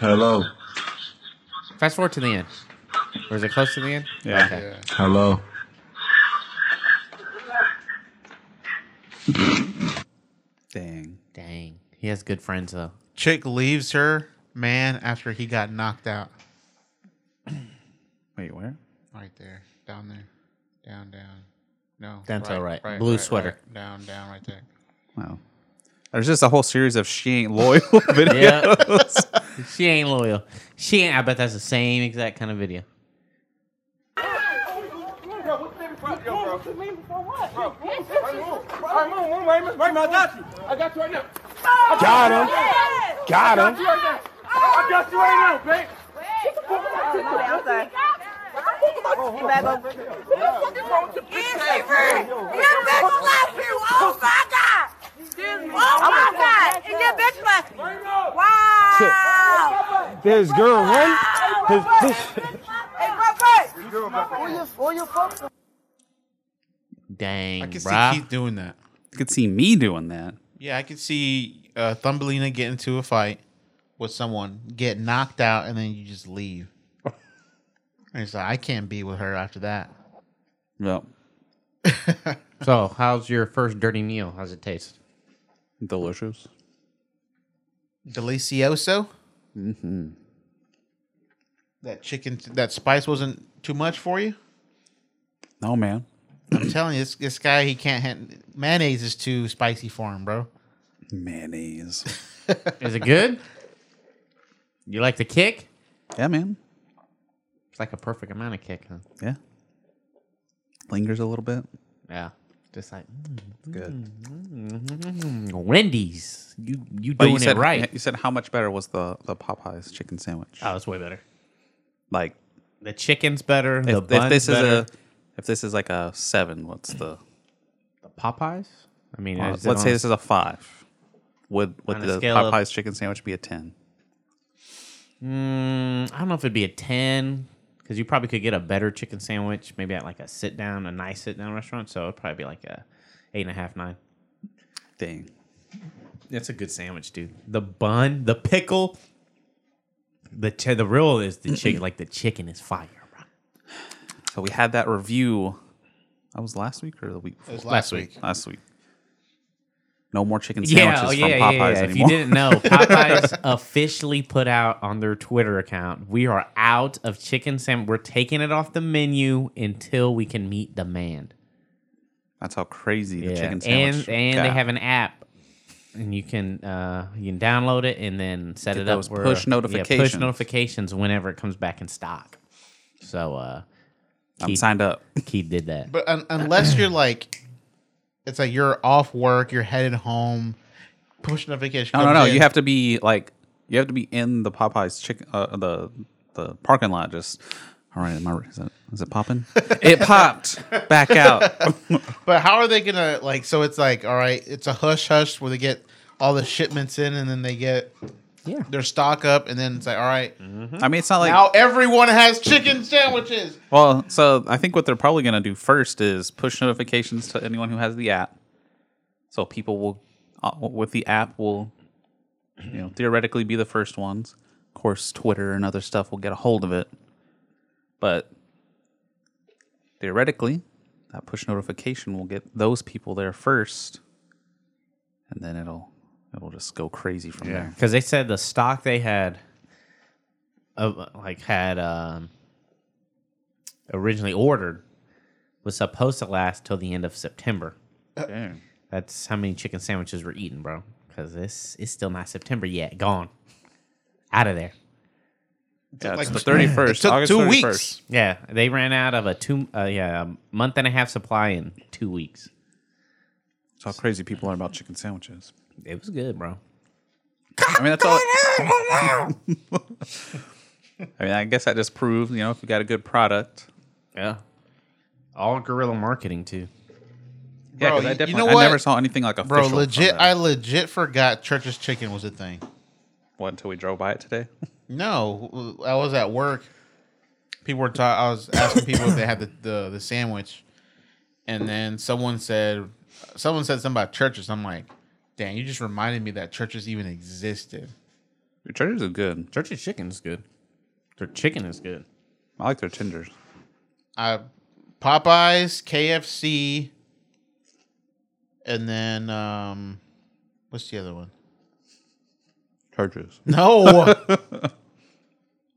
Speaker 3: Hello.
Speaker 2: Fast forward to the end. Or is it close to the end?
Speaker 3: Yeah.
Speaker 2: Okay.
Speaker 3: Hello.
Speaker 5: Dang.
Speaker 2: Dang. He has good friends though.
Speaker 6: Chick leaves her man after he got knocked out.
Speaker 5: Wait, where?
Speaker 6: Right there, down there, down, down. No,
Speaker 2: Down to the right. Blue sweater.
Speaker 6: right. down, down, right there.
Speaker 5: Wow. There's just a whole series of she ain't loyal videos.
Speaker 2: she ain't loyal. She ain't. I bet that's the same exact kind of video.
Speaker 16: I got you right now.
Speaker 20: Got him. Got him.
Speaker 16: I got you right now, babe.
Speaker 20: This girl run. His, his,
Speaker 2: Dang.
Speaker 6: I can
Speaker 5: bruh.
Speaker 6: see Keith doing that.
Speaker 5: You could see me doing that.
Speaker 6: Yeah, I could see uh, Thumbelina get into a fight with someone, get knocked out, and then you just leave. and it's like, I can't be with her after that.
Speaker 5: Yep.
Speaker 2: so, how's your first dirty meal? How's it taste?
Speaker 5: Delicious.
Speaker 6: Delicioso.
Speaker 5: Mm-hmm.
Speaker 6: That chicken, that spice wasn't too much for you.
Speaker 5: No man,
Speaker 6: I'm telling you, this, this guy he can't hand, mayonnaise is too spicy for him, bro.
Speaker 5: Mayonnaise.
Speaker 2: Is it good? You like the kick?
Speaker 5: Yeah, man.
Speaker 2: It's like a perfect amount of kick, huh?
Speaker 5: Yeah. Lingers a little bit.
Speaker 2: Yeah. Just like mm-hmm.
Speaker 5: Good.
Speaker 2: Wendy's. You you
Speaker 5: But
Speaker 2: doing
Speaker 5: said,
Speaker 2: it right.
Speaker 5: You said how much better was the the Popeyes chicken sandwich?
Speaker 2: Oh, it's way better.
Speaker 5: Like
Speaker 2: The chicken's better.
Speaker 5: if,
Speaker 2: the
Speaker 5: if
Speaker 2: bun's
Speaker 5: this
Speaker 2: better.
Speaker 5: is a if this is like a seven, what's the
Speaker 2: Popeyes? I mean,
Speaker 5: Well,
Speaker 2: is it
Speaker 5: let's
Speaker 2: on
Speaker 5: say
Speaker 2: a-
Speaker 5: this is a five. Would would
Speaker 2: On a
Speaker 5: the
Speaker 2: scale of-
Speaker 5: Popeyes chicken sandwich be a ten?
Speaker 2: Mm, I don't know if it'd be a 10 because you probably could get a better chicken sandwich maybe at like a sit down, a nice sit down restaurant. So it'd probably be like a eight and a half, nine.
Speaker 5: Dang.
Speaker 2: That's a good sandwich, dude. The bun, the pickle, the ch- the real is the chicken. like the chicken is fire.
Speaker 5: So we had that review. That was last week or the week before?
Speaker 2: was last week.
Speaker 5: Last week. No more chicken
Speaker 2: Yeah,
Speaker 5: sandwiches
Speaker 2: oh, yeah,
Speaker 5: from
Speaker 2: yeah,
Speaker 5: Popeyes
Speaker 2: yeah, If you
Speaker 5: anymore.
Speaker 2: didn't know, Popeyes uh, officially put out on their Twitter account, we are out of chicken sandwich. We're taking it off the menu until we can meet demand.
Speaker 5: That's how crazy the
Speaker 2: Yeah,
Speaker 5: chicken sandwich.
Speaker 2: And and they
Speaker 5: got.
Speaker 2: have an app, and you can uh, you can download it and then set
Speaker 5: Get
Speaker 2: it up
Speaker 5: those
Speaker 2: where-
Speaker 5: push
Speaker 2: yeah, push
Speaker 5: notifications.
Speaker 2: notifications whenever it comes back in stock. So uh,
Speaker 5: I'm signed up.
Speaker 2: Keith did that.
Speaker 6: But un- unless you're like, it's like you're off work, you're headed home, push notification.
Speaker 5: No, no,
Speaker 6: comes
Speaker 5: no.
Speaker 6: in.
Speaker 5: You have to be like you have to be in the Popeyes chicken uh, the the parking lot. Just all right. Am I, is it is it popping? it popped. Back out.
Speaker 6: but how are they gonna like? So it's like, all right, it's a hush hush where they get all the shipments in, and then they get
Speaker 2: yeah
Speaker 6: their stock up, and then it's like, all right.
Speaker 5: I mean, it's not like-
Speaker 6: now everyone has chicken sandwiches.
Speaker 5: Well, so I think what they're probably going to do first is push notifications to anyone who has the app. So people will, uh, with the app, will, you know, theoretically be the first ones. Of course, Twitter and other stuff will get a hold of it. But theoretically, that push notification will get those people there first, and then it'll it'll just go crazy from
Speaker 2: Yeah,
Speaker 5: there.
Speaker 2: because they said the stock they had, uh, like had um, originally ordered, was supposed to last till the end of September.
Speaker 5: Damn.
Speaker 2: That's how many chicken sandwiches we're eating, bro. Because this is still not September yet. Gone, out of there.
Speaker 5: Yeah, it's the thirty first.
Speaker 2: Yeah, they ran out of a two, uh, yeah, a month and a half supply in two weeks.
Speaker 5: That's how crazy people are about chicken sandwiches.
Speaker 2: It was good, bro.
Speaker 5: I mean, that's all. I mean, I guess that just proves, you know, if you got a good product.
Speaker 2: Yeah. All guerrilla marketing too.
Speaker 5: Yeah,
Speaker 6: Bro,
Speaker 5: because I
Speaker 6: you- you
Speaker 5: definitely
Speaker 6: know
Speaker 5: I never
Speaker 6: what?
Speaker 5: saw anything like official.
Speaker 6: Bro,
Speaker 5: from
Speaker 6: legit,
Speaker 5: them.
Speaker 6: I legit forgot Church's Chicken was a thing.
Speaker 5: What until we drove by it today?
Speaker 6: No, I was at work. People were talking. I was asking people if they had the, the the sandwich, and then someone said, someone said something about churches. I'm like, dang, you just reminded me that churches even existed.
Speaker 5: Your churches are good.
Speaker 2: Church's chicken's good. Their chicken is good.
Speaker 5: I like their tenders.
Speaker 6: I Popeyes, KFC, and then um, what's the other one?
Speaker 5: Churches.
Speaker 6: No.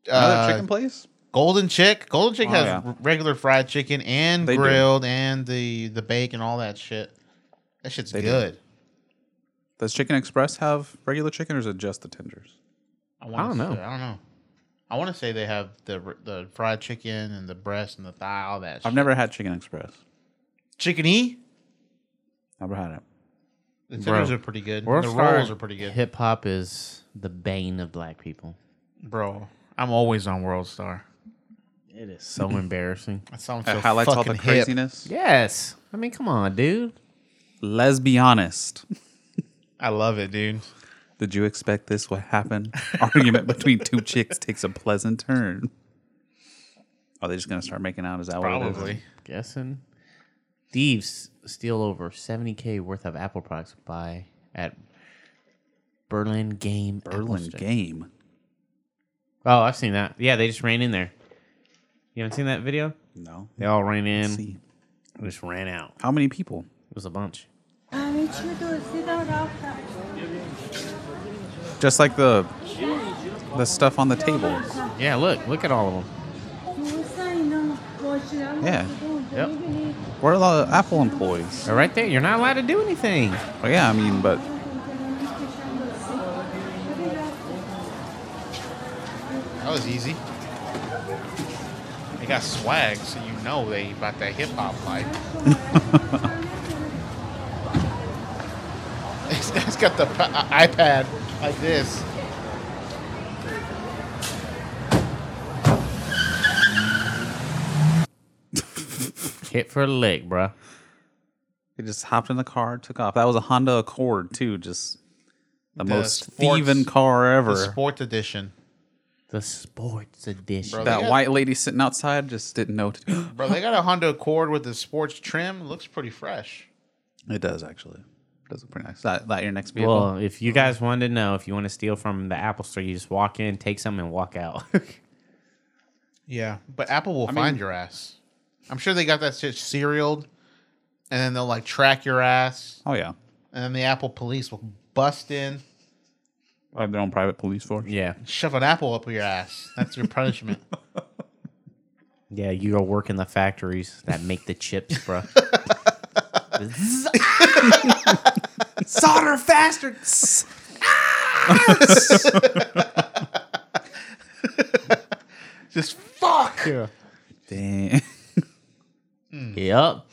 Speaker 6: Uh,
Speaker 5: Another chicken place?
Speaker 6: Golden Chick. Golden Chick
Speaker 5: Oh,
Speaker 6: has
Speaker 5: yeah.
Speaker 6: r- regular fried chicken and
Speaker 5: They do.
Speaker 6: grilled and the the bake and all that shit. That shit's
Speaker 5: They do.
Speaker 6: good.
Speaker 5: Does Chicken Express have regular chicken or is it just the tenders?
Speaker 6: I, wanna
Speaker 5: don't know.
Speaker 6: Say, I don't know. I want to say they have the r- the fried chicken and the breast and the thigh, all that.
Speaker 5: I've
Speaker 6: shit.
Speaker 5: never had Chicken Express.
Speaker 6: Chicken E.
Speaker 5: Never had it.
Speaker 6: The tenders are pretty good. The rolls are pretty good.
Speaker 2: Hip hop is the bane of black people.
Speaker 6: Bro, I'm always on World Star.
Speaker 2: It is so embarrassing.
Speaker 6: That sounds
Speaker 5: It
Speaker 6: so
Speaker 5: highlights all the
Speaker 6: fucking hip.
Speaker 5: craziness.
Speaker 2: Yes. I mean, come on, dude.
Speaker 5: Let's be honest.
Speaker 6: I love it, dude.
Speaker 5: Did you expect this would happen? Argument between two chicks takes a pleasant turn. Are they just going to start making out? Is that what Oh, it is?
Speaker 6: Probably.
Speaker 2: Guessing. Thieves steal over 70K worth of Apple products by at Berlin Game.
Speaker 5: Berlin Game.
Speaker 2: Oh, I've seen that. Yeah, they just ran in there. You haven't seen that video?
Speaker 5: No.
Speaker 2: They all ran in. Just ran out.
Speaker 5: How many people?
Speaker 2: It was a bunch.
Speaker 5: Just like the the stuff on the table.
Speaker 2: Yeah, look, look at all of them.
Speaker 5: Yeah. Yep. Where are the Apple employees?
Speaker 2: They're right there. You're not allowed to do anything.
Speaker 5: Well, yeah, I mean, but
Speaker 6: That was easy. They got swag, so you know they about that hip hop life. this guy's got the pa- i- iPad like this.
Speaker 2: Hit for a lick, bruh.
Speaker 5: they just hopped in the car, took off. That was a Honda Accord too, just the,
Speaker 6: The
Speaker 5: most
Speaker 6: sports-
Speaker 5: thieving car ever.
Speaker 6: The sports edition.
Speaker 2: The sports edition.
Speaker 6: Bro, they
Speaker 5: that
Speaker 6: got-
Speaker 5: white lady sitting outside just didn't know. What to do.
Speaker 6: Bro, they got a Honda Accord with the sports trim. Looks pretty fresh.
Speaker 5: It does actually. Does look pretty nice. That, that your next vehicle?
Speaker 2: Well, if you guys wanted to know, if you want to steal from the Apple store, you just walk in, take some, and walk out.
Speaker 6: Yeah, but Apple will
Speaker 2: I
Speaker 6: find
Speaker 2: mean-
Speaker 6: your ass. I'm sure they got that shit serialed, and then they'll like track your ass.
Speaker 5: Oh yeah,
Speaker 6: and then the Apple police will bust in,
Speaker 5: I have their own private police force.
Speaker 2: Yeah.
Speaker 6: shove an apple up your ass. That's your punishment.
Speaker 2: yeah, you go work in the factories that make the chips, bro.
Speaker 5: Solder faster. Ah!
Speaker 6: Just fuck. Yeah.
Speaker 5: Damn.
Speaker 2: Yep.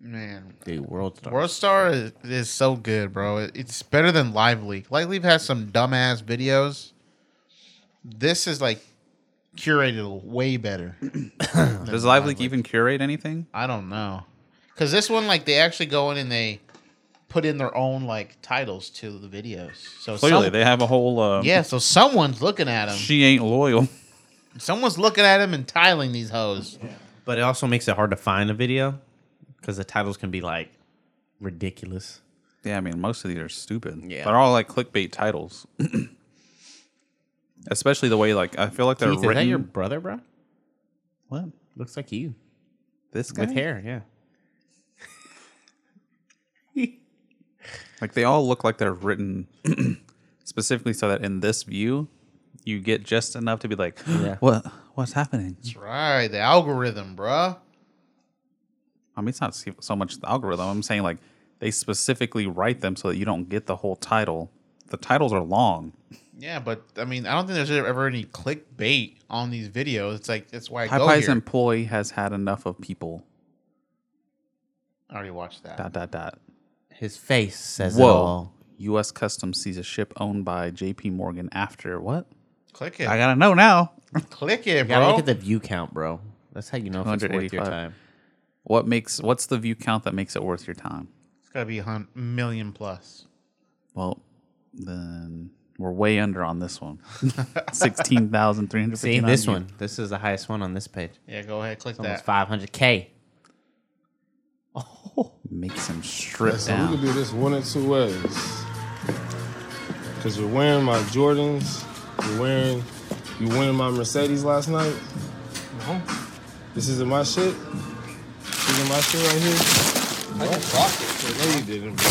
Speaker 6: Man,
Speaker 2: Dude, World Star.
Speaker 6: World Star is, is so good, bro. It- It's better than Live Leak. Live Leak has some dumbass videos. This is like curated way better.
Speaker 5: Does Live Leak even curate anything?
Speaker 6: I don't know. Because this one, like, they actually go in and they put in their own like titles to the videos. So
Speaker 5: Clearly,
Speaker 6: some-
Speaker 5: they have a whole. Uh,
Speaker 6: yeah. So someone's looking at them.
Speaker 5: she ain't loyal.
Speaker 6: Someone's looking at them and titling these hoes.
Speaker 2: But it also makes it hard to find a video because the titles can be like ridiculous.
Speaker 5: Yeah, I mean, most of these are stupid.
Speaker 2: Yeah.
Speaker 5: They're all like clickbait titles. Especially the way, like, I feel like they're
Speaker 2: Keith, is that
Speaker 5: written.
Speaker 2: your brother, bro?
Speaker 5: What?
Speaker 2: Looks like you.
Speaker 5: This guy?
Speaker 2: With hair, yeah.
Speaker 5: Like, they all look like they're written specifically so that in this view, you get just enough to be like, what? What's happening?
Speaker 6: That's right. The algorithm, bruh.
Speaker 5: I mean, it's not so so much the algorithm. I'm saying, like, they specifically write them so that you don't get the whole title. The titles are long.
Speaker 6: Yeah, but I mean, I don't think there's ever any clickbait on these videos. It's like that's why I go
Speaker 5: Popeye's
Speaker 6: here.
Speaker 5: employee has had enough of people.
Speaker 6: I already watched that.
Speaker 5: Dot, dot, dot.
Speaker 2: His face says
Speaker 5: Whoa.
Speaker 2: it all.
Speaker 5: U.S. Customs sees a ship owned by J.P. Morgan after what?
Speaker 6: Click it.
Speaker 5: I gotta know now.
Speaker 6: Click it,
Speaker 2: You gotta
Speaker 6: bro.
Speaker 2: look at the view count, bro. That's how you know if it's worth your
Speaker 5: 185.
Speaker 2: time.
Speaker 5: What makes what's the view count that makes it worth your time?
Speaker 6: It's gotta be a hun- million plus.
Speaker 5: Well, then we're way under on this one. Sixteen thousand three hundred.
Speaker 2: See this one. This is the highest one on this page.
Speaker 6: Yeah, go ahead, click
Speaker 2: It's almost
Speaker 6: that.
Speaker 2: 500k.
Speaker 5: Makes him strip
Speaker 20: So we
Speaker 5: down.
Speaker 20: can do this one of two ways. Cause you're wearing my Jordans, you're wearing you wearing my Mercedes last night. No. This isn't my shit. This isn't my shit right here. I can rock it. No, you didn't, bro.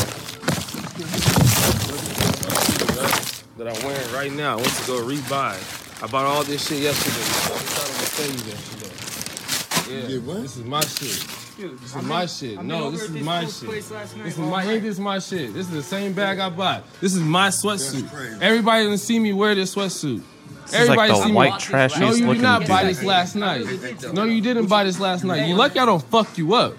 Speaker 20: That I'm wearing right now. I went to go rebuy. I bought all this shit yesterday. I bought a Mercedes yesterday. Yeah. This is my shit. This is my shit. no, this is my shit. This is my ain't this my shit. This is the same bag I bought. This is my sweatsuit. Everybody didn't see me wear this sweatsuit.
Speaker 5: This is like the
Speaker 20: see me-
Speaker 5: white trashiest
Speaker 20: No, you did
Speaker 5: looking
Speaker 20: not buy
Speaker 5: dude.
Speaker 20: this last night. No, you didn't buy this last night. You lucky I don't fuck you up.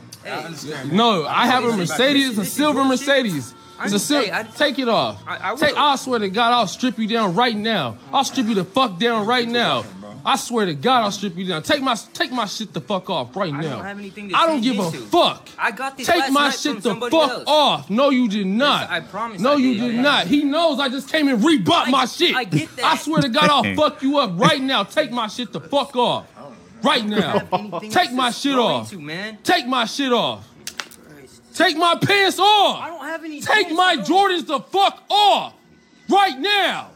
Speaker 20: No, I have a Mercedes, a silver Mercedes. It's a sil- take it off. take, I swear to God, I'll strip you down right now. I'll strip you the fuck down right now. I swear to God, I'll strip you down. Take my take my shit the fuck off right now.
Speaker 1: don't have anything to
Speaker 20: I don't
Speaker 1: say
Speaker 20: give
Speaker 1: yes
Speaker 20: a
Speaker 1: to.
Speaker 20: fuck.
Speaker 1: I got this
Speaker 20: Take
Speaker 1: last
Speaker 20: my
Speaker 1: night
Speaker 20: shit
Speaker 1: from
Speaker 20: the fuck
Speaker 1: somebody else.
Speaker 20: off. No, you did not.
Speaker 1: I promise
Speaker 20: No,
Speaker 1: I
Speaker 20: you
Speaker 1: did.
Speaker 20: did
Speaker 1: I-
Speaker 20: not. He knows I just came and rebought my shit. I
Speaker 1: get that.
Speaker 20: I swear to God, I'll
Speaker 1: Dang.
Speaker 20: fuck you up right now. Take my shit the fuck off. Right now. Take my shit off. Take my shit off. Take my pants off. I don't have any Take my Jordans the fuck off. Right now.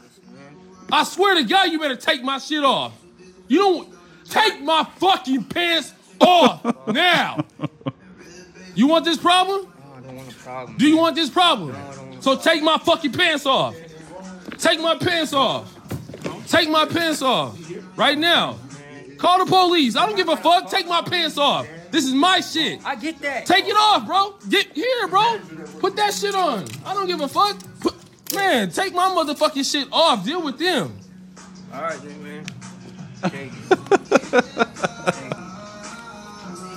Speaker 20: I swear to God, you better take my shit off. You don't take my fucking pants off now. You want this problem? Do you want this problem? So take my fucking pants off. Take my pants off. Take my pants off right now. Call the police. I don't give a fuck. Take my pants off. This is my shit. I get that. Take it off, bro. Get here, bro. Put that shit on. I don't give a fuck. Put, man, take my motherfucking shit off. Deal with them.
Speaker 21: All right, then, man.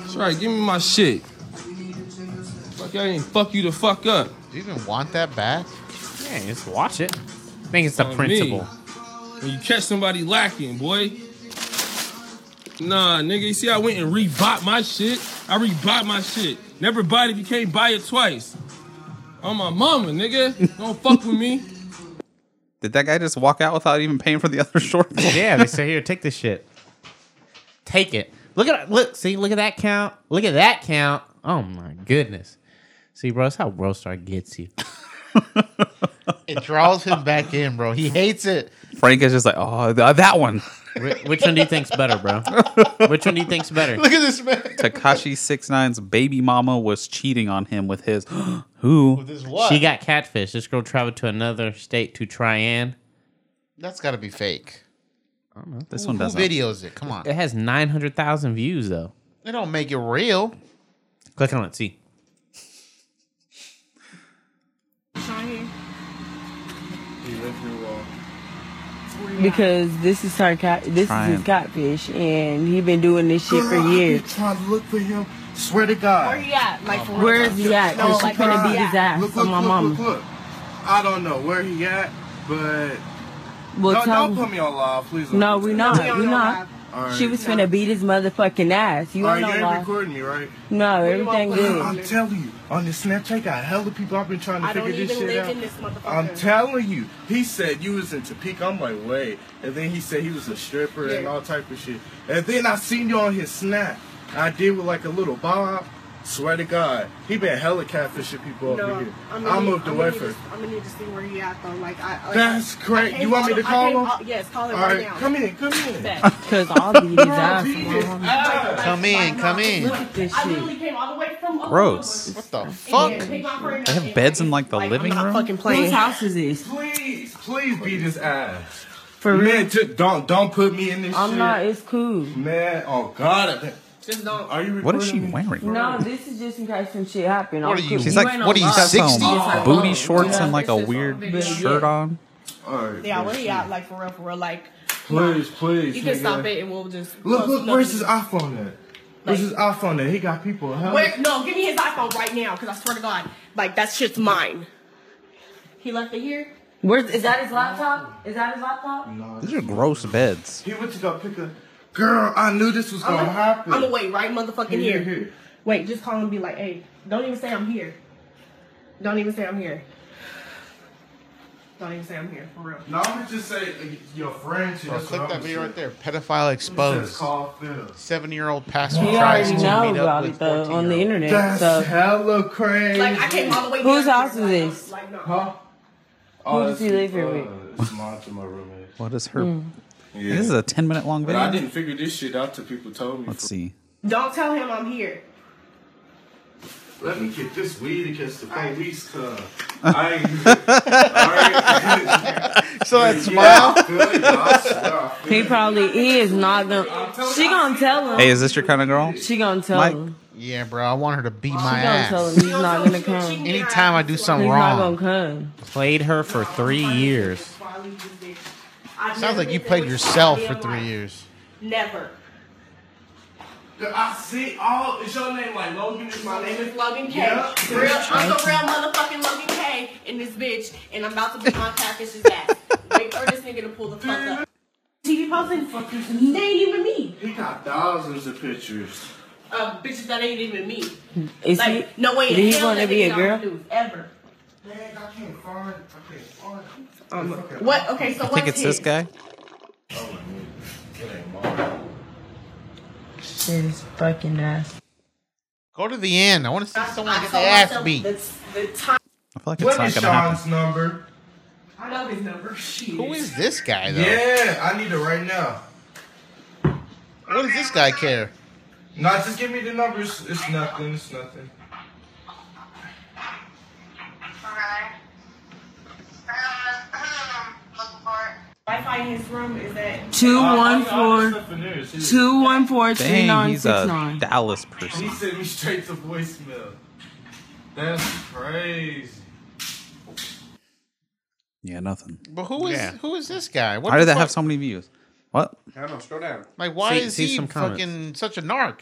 Speaker 20: It's all right. Give me my shit. Fuck, I ain't fuck you the fuck up. Do you even want that back?
Speaker 2: Yeah, just watch it. I think it's the principle.
Speaker 20: When you catch somebody lacking, boy. Nah, nigga, you see, I went and rebought my shit. I rebought my shit. And everybody became buy it twice. On my mama, nigga. Don't fuck with me.
Speaker 5: Did that guy just walk out without even paying for the other short?
Speaker 2: yeah, they say here, take this shit. Take it. Look at look. See, look at that count. Look at that count. Oh my goodness. See, bro, that's how World Star gets you.
Speaker 6: It draws him back in, bro. He hates it.
Speaker 5: Frank is just like, oh, th- that one.
Speaker 2: Wh- Which one do you think's better, bro? Which one do you think's better?
Speaker 6: Look at this man.
Speaker 5: Takashi 69's baby mama was cheating on him with his who?
Speaker 2: She got catfish. This girl traveled to another state to try and.
Speaker 6: That's got to be fake.
Speaker 2: I don't know.
Speaker 6: This one Who doesn't. videos it? Come on.
Speaker 2: It has 900,000 views, though.
Speaker 6: They don't make it real.
Speaker 2: Click on it. See.
Speaker 15: because this is her cat. This is
Speaker 22: Trying.
Speaker 15: his catfish, and he been doing this shit for
Speaker 22: Girl, I be
Speaker 15: years.
Speaker 22: Trying to look for him. Swear to God.
Speaker 15: Where he at?
Speaker 21: Oh,
Speaker 15: Like, for real? Where is he at? 'Cause she finna beat his ass
Speaker 22: Look,
Speaker 15: on
Speaker 22: look,
Speaker 15: my
Speaker 22: look,
Speaker 15: mama.
Speaker 22: Look, look. I don't know where he at, but
Speaker 15: Well,
Speaker 22: don't,
Speaker 15: tell
Speaker 22: don't
Speaker 15: him-
Speaker 22: put me on live, please. don't
Speaker 15: No,
Speaker 22: do
Speaker 15: we
Speaker 22: that.
Speaker 15: not. We not.
Speaker 22: All right.
Speaker 15: She was finna beat his motherfucking ass. You
Speaker 22: All
Speaker 15: don't
Speaker 22: right,
Speaker 15: know
Speaker 22: ain't
Speaker 15: why.
Speaker 22: recording me, right?
Speaker 15: No, everything
Speaker 22: I'm
Speaker 15: good.
Speaker 22: telling you, on this Snapchat, got hella people. I've been trying to
Speaker 15: I don't
Speaker 22: figure this
Speaker 15: even
Speaker 22: shit
Speaker 15: live
Speaker 22: out.
Speaker 15: in this motherfucker.
Speaker 22: I'm telling you, he said you was in Topeka. I'm like, wait. And then he said he was a stripper and
Speaker 15: Yeah.
Speaker 22: all type of shit. And then I seen you on his snap. I did with like a little bob. Swear to God, he been hella catfishing people
Speaker 3: No,
Speaker 22: over here.
Speaker 3: I'm gonna
Speaker 22: I
Speaker 3: need-
Speaker 22: moved
Speaker 3: I'm
Speaker 22: away
Speaker 3: gonna
Speaker 22: from.
Speaker 3: need to- I'm gonna need to see where he at though. Like I. Like,
Speaker 22: That's great.
Speaker 3: I
Speaker 22: You want me
Speaker 3: can't
Speaker 22: to call
Speaker 3: I can't-
Speaker 22: him?
Speaker 3: uh, yes, call him
Speaker 22: All
Speaker 3: right,
Speaker 22: right,
Speaker 3: now.
Speaker 22: come in, come in. Ah.
Speaker 15: Cause I'll beat his ass. on my
Speaker 22: Jesus.
Speaker 15: mama.
Speaker 6: Come in, come in.
Speaker 15: Look at this
Speaker 3: I
Speaker 15: shit.
Speaker 3: literally came all the way from
Speaker 5: Gross.
Speaker 6: What the
Speaker 3: Fuck.
Speaker 5: They have beds in like the living room.
Speaker 15: Whose house is this?
Speaker 22: Please, please beat his ass.
Speaker 15: For real?
Speaker 22: Man, ju- don't don't put me in this
Speaker 15: I'm
Speaker 22: shit.
Speaker 15: not. It's cool.
Speaker 22: Man, oh God. I- Are you
Speaker 5: What is she
Speaker 22: recording me?
Speaker 5: wearing?
Speaker 15: No, this is just in case some shit happened.
Speaker 22: What
Speaker 15: I'm
Speaker 22: are you-
Speaker 15: cool.
Speaker 5: She's
Speaker 15: You
Speaker 5: like,
Speaker 15: ain't
Speaker 5: what are
Speaker 15: on
Speaker 5: you,
Speaker 15: live.
Speaker 5: some booty shorts
Speaker 15: Yeah.
Speaker 5: and like a
Speaker 15: It's just
Speaker 5: weird
Speaker 15: on
Speaker 5: shirt
Speaker 15: video.
Speaker 5: on?
Speaker 22: All right.
Speaker 3: Yeah, where he at? Like for real, for real. Like.
Speaker 22: Please, please.
Speaker 3: You can
Speaker 22: nigga.
Speaker 3: stop it and we'll just.
Speaker 22: Look,
Speaker 3: we'll-
Speaker 22: look, where's his iPhone at? Where's his iPhone at? He got people. Huh?
Speaker 3: Where, no, give me his iPhone right now, cause I swear to God, like that shit's mine. He left it here.
Speaker 15: Where's is that his laptop? Is that his laptop?
Speaker 5: These are gross beds.
Speaker 22: He went to go pick a girl. I knew this was gonna happen.
Speaker 3: I'm gonna wait right motherfucking
Speaker 22: Here,
Speaker 3: here.
Speaker 22: here.
Speaker 3: Wait, just call and be like, hey, don't even say I'm here. Don't even say I'm here. Don't even say I'm here, for real.
Speaker 22: No, I'm just say uh, your friend.
Speaker 6: Bro,
Speaker 22: That's
Speaker 6: Oh, click
Speaker 22: what
Speaker 6: that
Speaker 22: I'ma
Speaker 6: video
Speaker 22: say.
Speaker 6: right there. Pedophile
Speaker 22: Just
Speaker 6: exposed.
Speaker 22: call Phil.
Speaker 6: Seven-year-old pastor
Speaker 15: He
Speaker 6: tries
Speaker 15: already
Speaker 6: to
Speaker 15: knows
Speaker 6: meet up
Speaker 15: about
Speaker 6: with
Speaker 15: it though on the internet.
Speaker 22: That's
Speaker 15: so
Speaker 22: hella crazy.
Speaker 3: Like, I came all the way
Speaker 15: Whose
Speaker 3: down
Speaker 15: house
Speaker 3: here,
Speaker 15: is
Speaker 3: like,
Speaker 15: this?
Speaker 3: Like, no.
Speaker 22: Huh?
Speaker 15: Who does he
Speaker 22: it's-
Speaker 15: live here with?
Speaker 22: uh, It's Monty, my roommate.
Speaker 5: What is her?
Speaker 15: Hmm.
Speaker 22: Mm. Yeah.
Speaker 5: This is a 10 minute long
Speaker 22: But I
Speaker 5: video.
Speaker 22: didn't figure this shit out till people told me.
Speaker 5: Let's see.
Speaker 3: Don't tell him I'm here.
Speaker 22: Let me get this weed against the police car. I ain't.
Speaker 6: So that
Speaker 15: smile?
Speaker 22: smile.
Speaker 15: he probably is not gonna. She gonna tell him.
Speaker 5: Hey, is this your kind of girl?
Speaker 15: She gonna tell
Speaker 5: Mike?
Speaker 15: him.
Speaker 6: Yeah, bro. I want her to beat
Speaker 15: She
Speaker 6: my
Speaker 15: gonna tell him
Speaker 6: ass.
Speaker 15: he's not gonna come.
Speaker 6: Anytime I do something
Speaker 15: he's
Speaker 6: wrong,
Speaker 15: not gonna come.
Speaker 2: Played her for three years.
Speaker 6: sounds like you played yourself for three years.
Speaker 3: Never.
Speaker 22: I see all. Is your name like Logan? Is my name is
Speaker 3: Logan K.
Speaker 22: Yeah.
Speaker 3: Real, I'm the real motherfucking Logan K in this bitch, and I'm about to be on catfish's ass. Wait for this nigga to pull the fuck up. TV posting, they ain't even me.
Speaker 22: He got thousands of pictures.
Speaker 3: Uh, bitches, that ain't even me.
Speaker 22: Is
Speaker 3: like,
Speaker 22: he-
Speaker 3: no way. in
Speaker 22: do he
Speaker 3: hell
Speaker 22: wanna
Speaker 3: that
Speaker 22: be a
Speaker 3: nigga
Speaker 22: girl?
Speaker 3: don't do, Ever.
Speaker 22: Man, I can't find. I can't find. Um,
Speaker 3: What? Okay, so
Speaker 5: I
Speaker 3: what's
Speaker 5: think it's
Speaker 3: his?
Speaker 5: this guy.
Speaker 15: Shit is fucking ass.
Speaker 6: Go to the end. I want to see someone
Speaker 3: I
Speaker 6: get
Speaker 3: saw
Speaker 6: their ass
Speaker 3: myself
Speaker 6: beat.
Speaker 3: The, the time.
Speaker 5: I feel like
Speaker 22: What
Speaker 5: it's not
Speaker 22: is
Speaker 5: gonna happen.
Speaker 22: Sean's number?
Speaker 3: I know his number. Shit.
Speaker 6: Who is this guy though?
Speaker 22: Yeah, I need it right now.
Speaker 6: What does this guy care?
Speaker 22: Nah, just give me the numbers. It's nothing. It's nothing.
Speaker 18: Wi-Fi in his room is at
Speaker 15: Two one four two one four three
Speaker 5: Dang,
Speaker 15: nine
Speaker 5: he's
Speaker 15: six
Speaker 5: a
Speaker 15: nine.
Speaker 5: Dallas person.
Speaker 22: He sent me straight to voicemail. That's crazy.
Speaker 5: Yeah, nothing.
Speaker 6: But who is
Speaker 5: Yeah.
Speaker 6: who is this guy?
Speaker 5: Why did
Speaker 6: the
Speaker 5: that have
Speaker 6: fuck-
Speaker 5: so many views? What?
Speaker 6: I don't know. Scroll down. Like, why
Speaker 5: See-
Speaker 6: is
Speaker 5: see
Speaker 6: he
Speaker 5: some
Speaker 6: fucking
Speaker 5: comments.
Speaker 6: such a narc?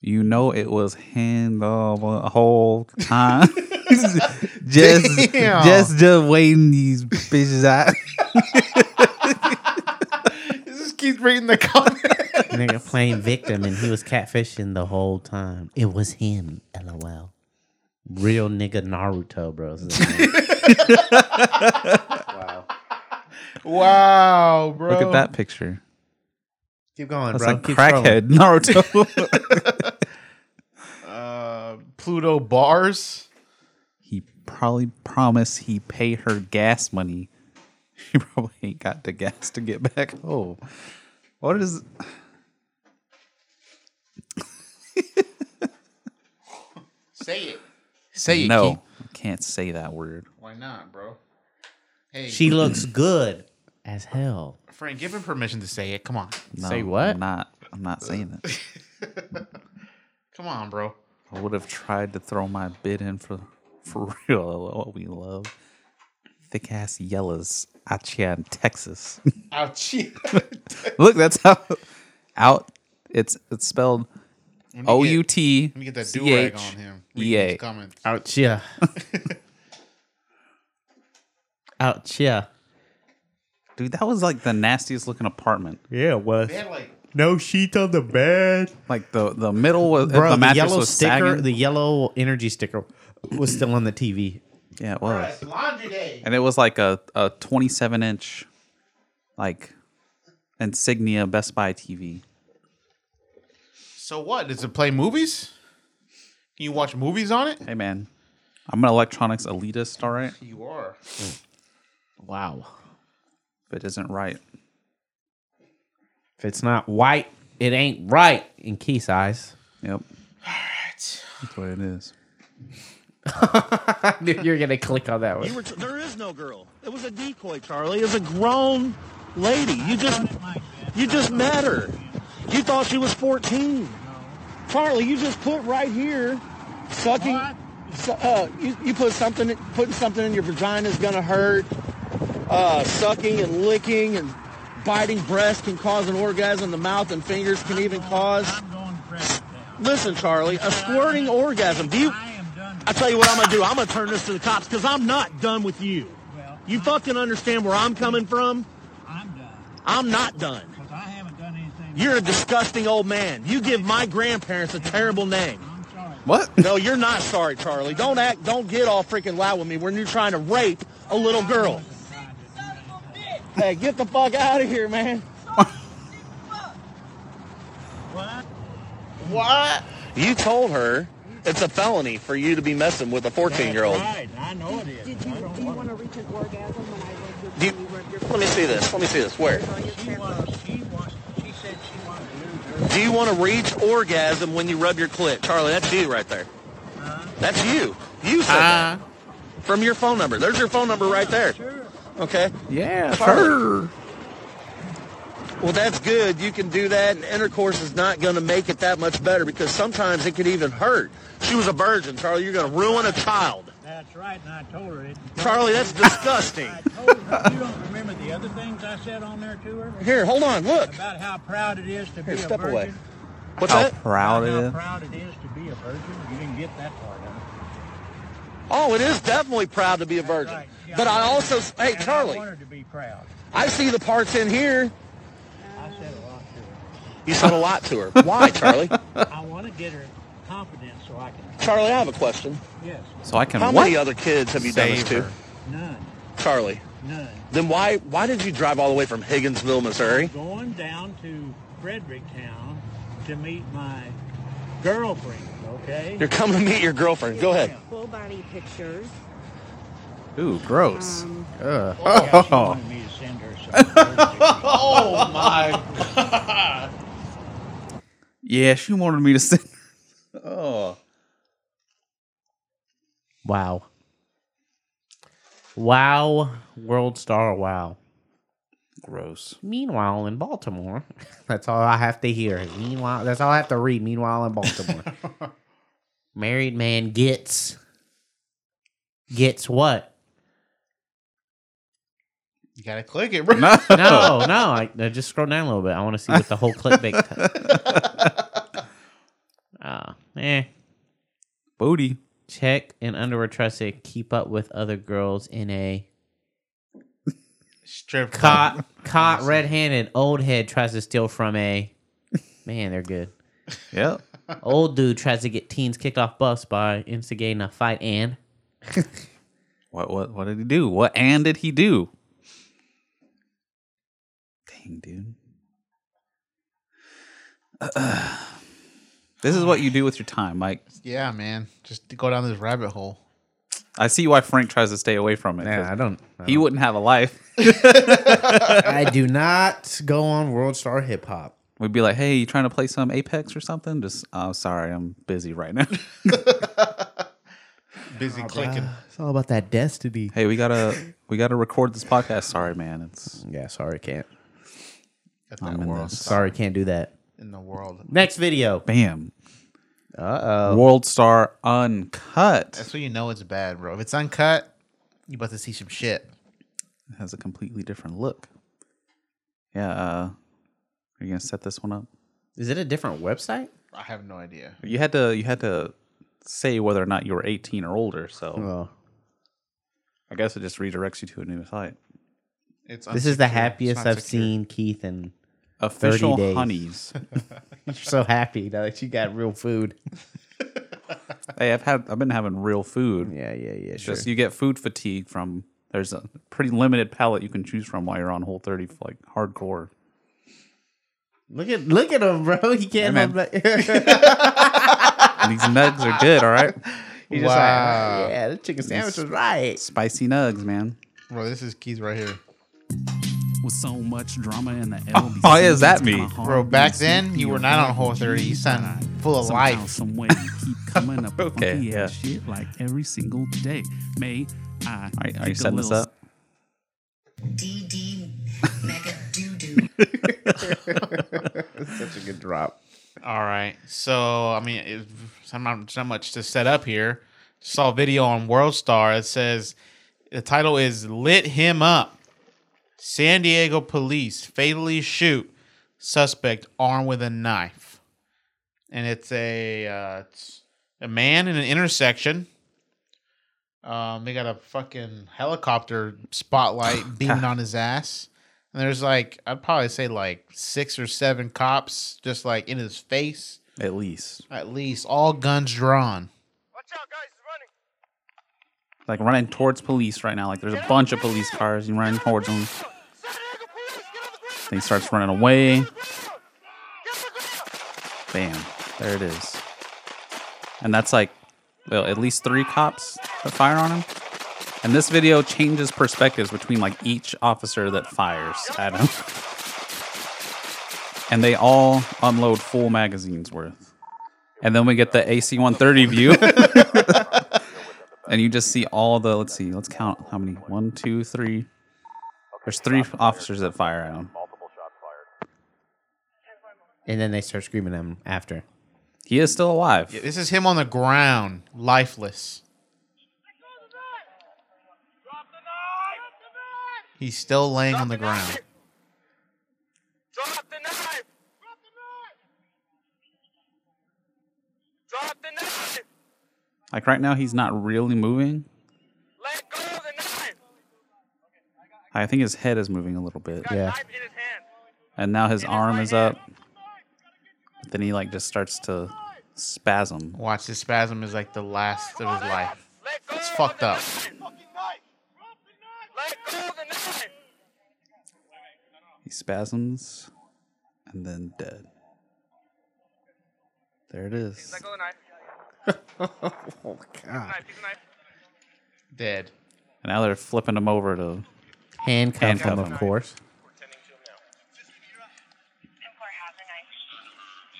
Speaker 5: You know it was him the whole time. just,
Speaker 6: Damn.
Speaker 5: just, just waiting these bitches out.
Speaker 6: Just keep reading the comments.
Speaker 7: Nigga playing victim and he was catfishing the whole time. It was him, lol. Real nigga Naruto, bro. wow.
Speaker 6: Wow, bro.
Speaker 5: Look at that picture.
Speaker 7: Keep going,
Speaker 5: That's
Speaker 7: bro.
Speaker 5: a
Speaker 7: Keep
Speaker 5: crackhead Naruto.
Speaker 6: Uh, Pluto bars.
Speaker 5: he probably promised he pay her gas money. He probably ain't got the gas to get back home. What is?
Speaker 6: Say it. Say it,
Speaker 5: no.
Speaker 6: Keith.
Speaker 5: I can't say that word.
Speaker 6: Why not, bro? Hey,
Speaker 7: She looks good as hell.
Speaker 6: Frank, give him permission to say it. Come on.
Speaker 5: No,
Speaker 6: Say
Speaker 7: what?
Speaker 5: I'm not. I'm not saying it.
Speaker 6: Come on, bro.
Speaker 5: I would have tried to throw my bid in for for real. What we love, thick ass yellas out here in Texas.
Speaker 6: Ouchie.
Speaker 5: Look, that's how out. It's it's spelled
Speaker 6: Let me get-
Speaker 5: O U T
Speaker 6: let me get that
Speaker 5: C
Speaker 6: do-rag
Speaker 5: H
Speaker 6: on him.
Speaker 5: E
Speaker 6: Reading
Speaker 5: A.
Speaker 6: his comments.
Speaker 7: Ouch, yeah. Ouch, yeah.
Speaker 5: Dude, that was like the nastiest looking apartment.
Speaker 7: Yeah, it was.
Speaker 6: They had like
Speaker 7: No sheet on the bed.
Speaker 5: Like the the middle was
Speaker 7: Bro,
Speaker 5: the
Speaker 7: the,
Speaker 5: mattress
Speaker 7: yellow
Speaker 5: was
Speaker 7: sticker,
Speaker 5: sagging.
Speaker 7: the yellow energy sticker was still on the TV.
Speaker 5: yeah, it was.
Speaker 6: laundry day.
Speaker 5: And it was like a a 27 inch, like insignia Best Buy TV.
Speaker 6: So what? Does it play movies? Can you watch movies on it?
Speaker 5: Hey man, I'm an electronics elitist, all right?
Speaker 6: You are.
Speaker 7: Wow.
Speaker 5: If it isn't right,
Speaker 7: If it's not white, it ain't right in Keith's eyes.
Speaker 5: yep. That's what it is.
Speaker 7: I knew you were gonna click on that one.
Speaker 8: You were tr- there is no girl. It was a decoy, Charlie. It was a grown lady. You just you just met her. You thought she was 14. Charlie, you just put right here sucking. su- uh, you, you put something putting something in your vagina is gonna hurt. Uh, sucking and licking and biting breasts can cause an orgasm. The mouth and fingers can even because Listen, Charlie, a squirting orgasm. Do you? I tell you what I'm gonna do. I'm gonna turn this to the cops because I'm not done with you. You fucking understand where I'm coming from? I'm done. I'm not done. Because I haven't done anything. You're a disgusting old man. You give my grandparents a terrible name.
Speaker 5: What?
Speaker 8: No, you're not sorry, Charlie. Don't act. Don't get all freaking loud with me when you're trying to rape a little girl. Hey, get the fuck out of here, man. What? You told her it's a felony for you to be messing with a 14 year old.
Speaker 17: I know it is. Did you, do you want to reach an orgasm when I rub your,
Speaker 8: Do you- Let me see this. Let me see this. Where? Do you want to reach orgasm when you rub your clit? Charlie, that's you right there. That's you. You said that. From your phone number. There's your phone number right there. Okay?
Speaker 5: Yeah,
Speaker 8: sure. Well, that's good. You can do that, and intercourse is not going to make it that much better because sometimes it could even hurt. She was a virgin, Charlie. You're going to ruin a child.
Speaker 17: That's right, and I told her it.
Speaker 8: Charlie, that's disgusting.
Speaker 17: I told her. You don't remember the other things I said on there to her?
Speaker 8: Here, hold on. Look.
Speaker 17: About how proud it is to
Speaker 8: Here,
Speaker 17: be
Speaker 8: step
Speaker 17: a virgin.
Speaker 8: away. What's
Speaker 5: How
Speaker 8: that?
Speaker 5: proud it
Speaker 17: About
Speaker 5: is.
Speaker 17: How proud it is to be a virgin. You didn't get that part of it.
Speaker 8: Oh, it is definitely proud to be a virgin. But I also, hey,
Speaker 17: And I
Speaker 8: Charlie,
Speaker 17: wanted to be proud.
Speaker 8: I see the parts in here.
Speaker 17: I said a lot to her.
Speaker 8: You said a lot to her. Why, Charlie?
Speaker 17: I want to get her confidence so I can.
Speaker 8: Charlie, I have a question.
Speaker 17: Yes,
Speaker 5: So I can
Speaker 8: How
Speaker 5: what?
Speaker 8: many other kids have you done this
Speaker 5: Save
Speaker 8: to?
Speaker 5: her.
Speaker 17: none,
Speaker 8: Charlie.
Speaker 17: none.
Speaker 8: Then why why did you drive all the way from Higginsville, Missouri?
Speaker 17: Going down to Fredericktown to meet my girlfriend. Okay.
Speaker 8: You're coming to meet your girlfriend. Go ahead.
Speaker 9: Full body pictures.
Speaker 5: Ooh, gross. Ugh. Oh.
Speaker 17: Yeah, she wanted me to send her some.
Speaker 9: Oh,
Speaker 6: my God.
Speaker 5: Yeah, she wanted me to send her. Oh.
Speaker 2: Wow. Wow, World Star Wow.
Speaker 5: Gross.
Speaker 2: Meanwhile, in Baltimore, that's all I have to hear. Meanwhile, that's all I have to read. Meanwhile, in Baltimore, married man gets gets what?
Speaker 6: You gotta click it, bro.
Speaker 2: No, no, no. I, I just scroll down a little bit. I want to see what the whole clickbait. t- Ah, eh.
Speaker 5: Booty.
Speaker 2: Check and underwear trust it. Keep up with other girls in a
Speaker 6: Strip
Speaker 2: caught caught red handed. Old head tries to steal from a man. They're good.
Speaker 5: Yep.
Speaker 2: Old dude tries to get teens kicked off bus by instigating a fight. And
Speaker 5: What what what did he do? What and did he do? Dang, dude. this is what you do with your time, Mike.
Speaker 6: Yeah, man. Just go down this rabbit hole.
Speaker 5: I see why Frank tries to stay away from it. Yeah, I
Speaker 2: don't.
Speaker 5: He wouldn't have a life.
Speaker 2: I do not go on World Star Hip Hop.
Speaker 5: We'd be like, "Hey, you trying to play some Apex or something?" Just, oh, sorry, I'm busy right now.
Speaker 6: Busy clicking.
Speaker 2: It's all about that destiny.
Speaker 5: hey, we gotta we gotta record this podcast. Sorry, man. It's
Speaker 2: yeah. Sorry, can't.
Speaker 6: Got
Speaker 5: I'm
Speaker 6: that
Speaker 5: in
Speaker 6: world.
Speaker 5: this.
Speaker 2: Sorry, can't do that.
Speaker 6: In the world.
Speaker 2: Next video.
Speaker 5: Bam.
Speaker 2: Uh oh.
Speaker 5: World Star Uncut
Speaker 6: That's when you know it's bad, bro. If it's uncut, you about to see some shit.
Speaker 5: has a completely different look. Yeah. Uh, are you gonna set this one up?
Speaker 2: Is it a different website?
Speaker 6: I have no idea.
Speaker 5: You had to you had to say whether or not you were 18 or older. So
Speaker 2: Oh.
Speaker 5: I guess it just redirects you to a new site.
Speaker 6: It's
Speaker 2: This is the
Speaker 6: unsecure.
Speaker 2: happiest
Speaker 6: It's not
Speaker 2: I've
Speaker 6: secure.
Speaker 2: seen Keith in.
Speaker 5: Official
Speaker 2: days.
Speaker 5: honeys.
Speaker 2: You're so happy now that you got real food.
Speaker 5: hey, I've had I've been having real food.
Speaker 2: Yeah, yeah, yeah.
Speaker 5: It's
Speaker 2: Sure.
Speaker 5: Just you get food fatigue from there's a pretty limited palette you can choose from while you're on Whole 30 like hardcore.
Speaker 2: Look at look at him, bro. He can't
Speaker 5: Hey,
Speaker 2: help
Speaker 5: man.
Speaker 2: that.
Speaker 5: And these nugs are good, all right?
Speaker 2: He's just
Speaker 6: Wow.
Speaker 2: like, "Ah." yeah, the chicken sandwich was right.
Speaker 5: Spicy nugs, man.
Speaker 6: Bro, this is Keith right here.
Speaker 10: With so much drama in the LBC,
Speaker 6: Oh,
Speaker 5: Why is that
Speaker 10: it's
Speaker 5: me?
Speaker 10: kinda hard
Speaker 6: Bro,
Speaker 10: to
Speaker 6: back
Speaker 10: see
Speaker 6: then, you were not on Whole 30. You sound full of
Speaker 10: Somehow,
Speaker 6: life.
Speaker 10: Some way you keep coming up with
Speaker 5: Okay,
Speaker 10: funky
Speaker 5: yeah.
Speaker 10: ass shit like every single day. May I?
Speaker 5: Are, are
Speaker 10: take
Speaker 5: you
Speaker 10: a
Speaker 5: setting this
Speaker 10: little
Speaker 5: up?
Speaker 3: DD mega doo doo.
Speaker 2: Such a good drop.
Speaker 6: All right. So, I mean, it, so not, there's not much to set up here. Saw a video on World Star. It says the title is Lit Him Up. San Diego police fatally shoot suspect armed with a knife. And it's a uh, it's a man in an intersection. Um, they got a fucking helicopter spotlight beaming on his ass. And there's like I'd probably say like six or seven cops just like in his face,
Speaker 5: At least.
Speaker 6: at least all guns drawn.
Speaker 5: Like running towards police right now. Like there's a bunch of police cars. You run towards them. Then he starts running away. Bam. There it is. And that's like well, at least three cops that fire on him. And this video changes perspectives between like each officer that fires at him. And they all unload full magazines worth. And then we get the AC 130 view. and you just see all the let's see let's count how many one two three there's three officers that fire at him
Speaker 2: And then they start screaming at him after.
Speaker 5: he is still alive
Speaker 6: This is him on the ground, lifeless. He's still laying on the ground.
Speaker 5: like right now he's not really moving i think his head is moving a little bit
Speaker 2: Yeah.
Speaker 5: and now his arm is up But then he like just starts to spasm
Speaker 6: Watch this spasm is like the last of his life. It's fucked up.
Speaker 5: he spasms and then dead there it is
Speaker 2: oh,
Speaker 6: Dead.
Speaker 5: and now they're flipping him over to
Speaker 2: Handcuff him,
Speaker 5: Handcuff
Speaker 2: of
Speaker 5: him.
Speaker 2: course.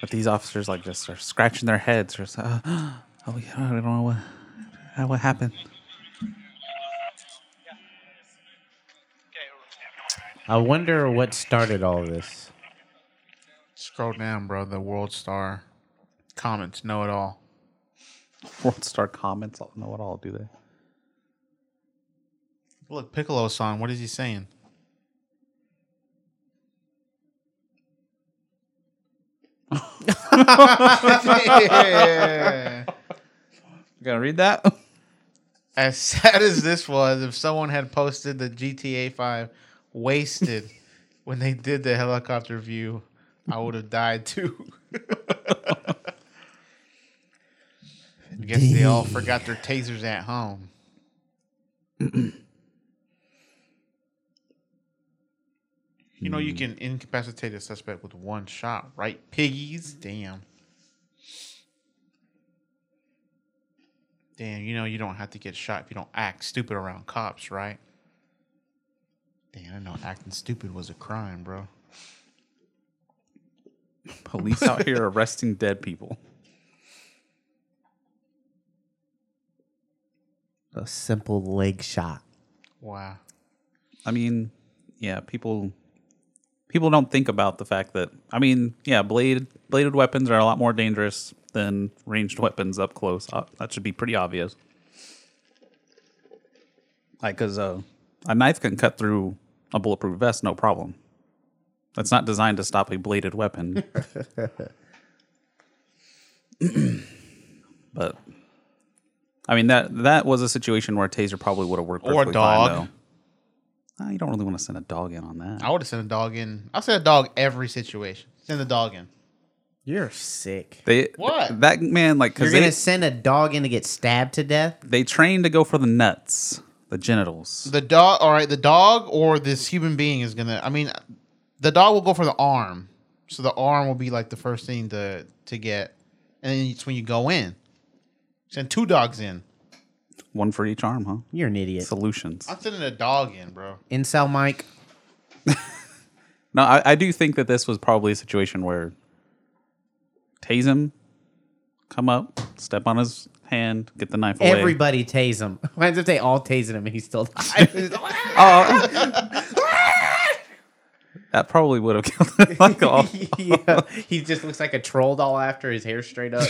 Speaker 5: But these officers like just are scratching their heads or so. Oh, yeah, I don't know what, uh, what happened.
Speaker 7: I wonder what started all this.
Speaker 6: Scroll down, bro. The World Star comments know it all.
Speaker 5: World Star comments all know it all, do they?
Speaker 6: Look, Piccolo song. What is he saying?
Speaker 5: yeah. You gonna read that?
Speaker 6: As sad as this was, if someone had posted the GTA 5 wasted when they did the helicopter view, I would have died too. I guess they all forgot their tasers at home. You know, you
Speaker 2: Hmm.
Speaker 6: can incapacitate a suspect with one shot, right? Piggies? Damn. Damn, you know, you don't have to get shot if you don't act stupid around cops, right? Damn, I know acting stupid was a crime, bro.
Speaker 5: Police out here arresting dead people.
Speaker 2: A simple leg shot.
Speaker 6: Wow.
Speaker 5: I mean, yeah, people people don't think about the fact that I mean, yeah, blade bladed weapons are a lot more dangerous than ranged weapons up close. Uh, that should be pretty obvious. Like, cause uh, a knife can cut through a bulletproof vest, no problem. That's not designed to stop a bladed weapon. but I mean that that was a situation where a taser probably would have worked.
Speaker 6: Or a
Speaker 5: perfectly
Speaker 6: dog.
Speaker 5: Fine, though. Ah, you don't really want to send a dog in on that.
Speaker 6: I would have sent a dog in. I'll send a dog every situation. Send a dog in.
Speaker 2: You're sick.
Speaker 5: They
Speaker 6: What?
Speaker 5: that man like
Speaker 2: You're
Speaker 5: because
Speaker 2: gonna
Speaker 5: they
Speaker 2: send a dog in to get stabbed to death?
Speaker 5: they train to go for the nuts, the genitals.
Speaker 6: The dog, all right, the dog or this human being is gonna. I mean, the dog will go for the arm, so the arm will be like the first thing to to get, and then it's when you go in. Send two dogs in.
Speaker 5: One for each arm, huh?
Speaker 2: You're an idiot.
Speaker 5: Solutions.
Speaker 6: I'm sending a dog in, bro.
Speaker 2: Incel Mike.
Speaker 5: No, I, I do think that this was probably a situation where tase him, come up, step on his hand, get the knife away.
Speaker 2: Everybody tase him. Why if they all tasing him and he still
Speaker 5: Oh. that probably would have killed him. Like, all-
Speaker 2: yeah, he just looks like a troll doll after his hair straight up.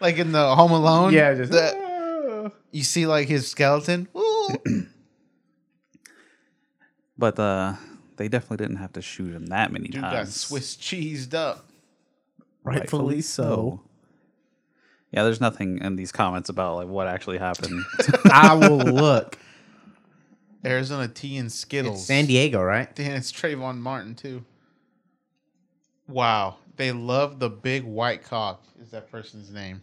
Speaker 6: Like in the Home Alone.
Speaker 2: Yeah, just-
Speaker 6: The- you see like his skeleton. Ooh.
Speaker 5: But uh, they definitely didn't have to shoot him that many
Speaker 6: Dude got
Speaker 5: times.
Speaker 6: Swiss cheesed up.
Speaker 2: Rightfully so.
Speaker 5: Yeah, there's nothing in these comments about like what actually happened.
Speaker 2: I
Speaker 5: Oh,
Speaker 2: will look.
Speaker 6: Arizona tea and Skittles.
Speaker 2: It's San Diego, right?
Speaker 6: Damn, it's Trayvon Martin too. Wow, they love the big white cock. Is that person's name?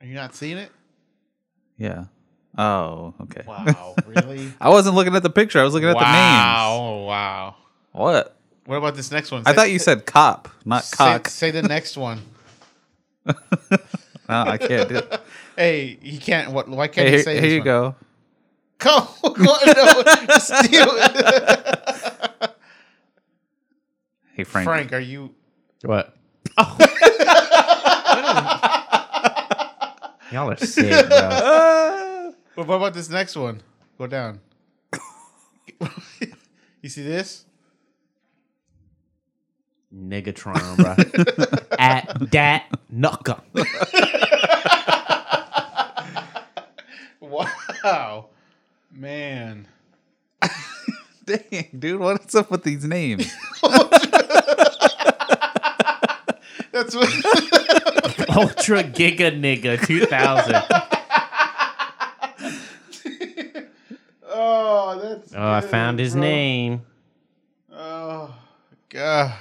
Speaker 6: Are you not seeing it?
Speaker 5: yeah. Oh, okay.
Speaker 6: Wow, really?
Speaker 5: I wasn't looking at the picture. I was looking at the names.
Speaker 6: Wow, wow.
Speaker 5: What?
Speaker 6: What about this next one?
Speaker 5: I thought you said cop, not
Speaker 6: say,
Speaker 5: cock.
Speaker 6: Say the next one.
Speaker 5: No, I can't do it.
Speaker 6: Hey, he can't. What? Why can't
Speaker 5: Hey,
Speaker 6: you
Speaker 5: here,
Speaker 6: say?
Speaker 5: here
Speaker 6: this
Speaker 5: you
Speaker 6: one?
Speaker 5: go.
Speaker 6: Come, go, no, steal it.
Speaker 5: Hey, Frank.
Speaker 6: Frank, are you?
Speaker 2: What? Y'all are sick, bro.
Speaker 6: What what about this next one? Go down. you see this?
Speaker 2: Negatron, bro. At dat knucka.
Speaker 6: Wow, man.
Speaker 5: Dang, dude, what's up with these names?
Speaker 6: That's what.
Speaker 2: Ultra Giga Nigga 2000. Oh,
Speaker 6: oh, that's.
Speaker 2: I
Speaker 6: good,
Speaker 2: found his
Speaker 6: bro.
Speaker 2: name.
Speaker 6: Oh, God.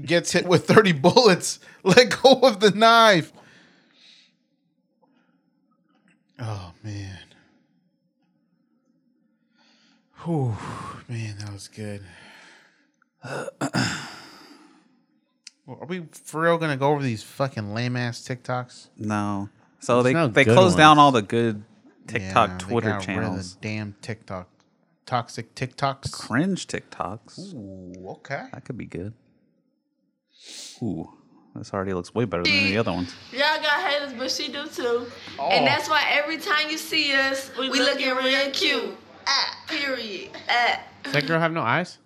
Speaker 6: Gets hit with 30 bullets. Let go of the knife. Oh, man. Whew, man, that was good. Well, Are we for real gonna go over these fucking lame ass TikToks?
Speaker 5: no. So
Speaker 2: There's
Speaker 5: they
Speaker 2: no
Speaker 5: they
Speaker 2: good
Speaker 5: closed down
Speaker 2: ones.
Speaker 5: all the good TikTok,
Speaker 6: Yeah, they
Speaker 5: Twitter
Speaker 6: got rid of the
Speaker 5: channels.
Speaker 6: damn TikTok toxic TikToks.
Speaker 5: Cringe TikToks.
Speaker 6: Ooh, okay.
Speaker 5: That could be good. Ooh, this already looks way better than the other ones.
Speaker 15: Y'all got haters, but she do too.
Speaker 5: Oh.
Speaker 15: And that's why every time you see us, we, looking real cute. Ah, period. Ah.
Speaker 2: Does that girl have no eyes?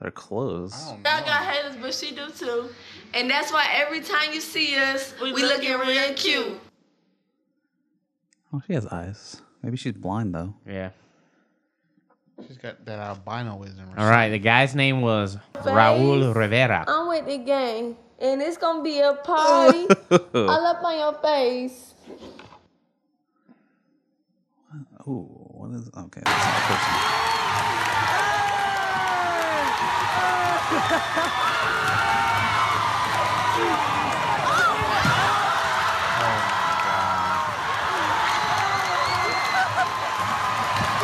Speaker 5: They're closed.
Speaker 15: Y'all got haters, but she do too. And that's why every time you see us, we, looking, real cute.
Speaker 5: Oh, she has eyes. Maybe she's blind though.
Speaker 2: Yeah.
Speaker 6: She's got that albinoism.
Speaker 2: All right. The guy's name was Raul Rivera.
Speaker 15: Oh,
Speaker 23: I'm with the gang, and it's gonna be a party all up on your face.
Speaker 5: Ooh, what is okay? That's not a person.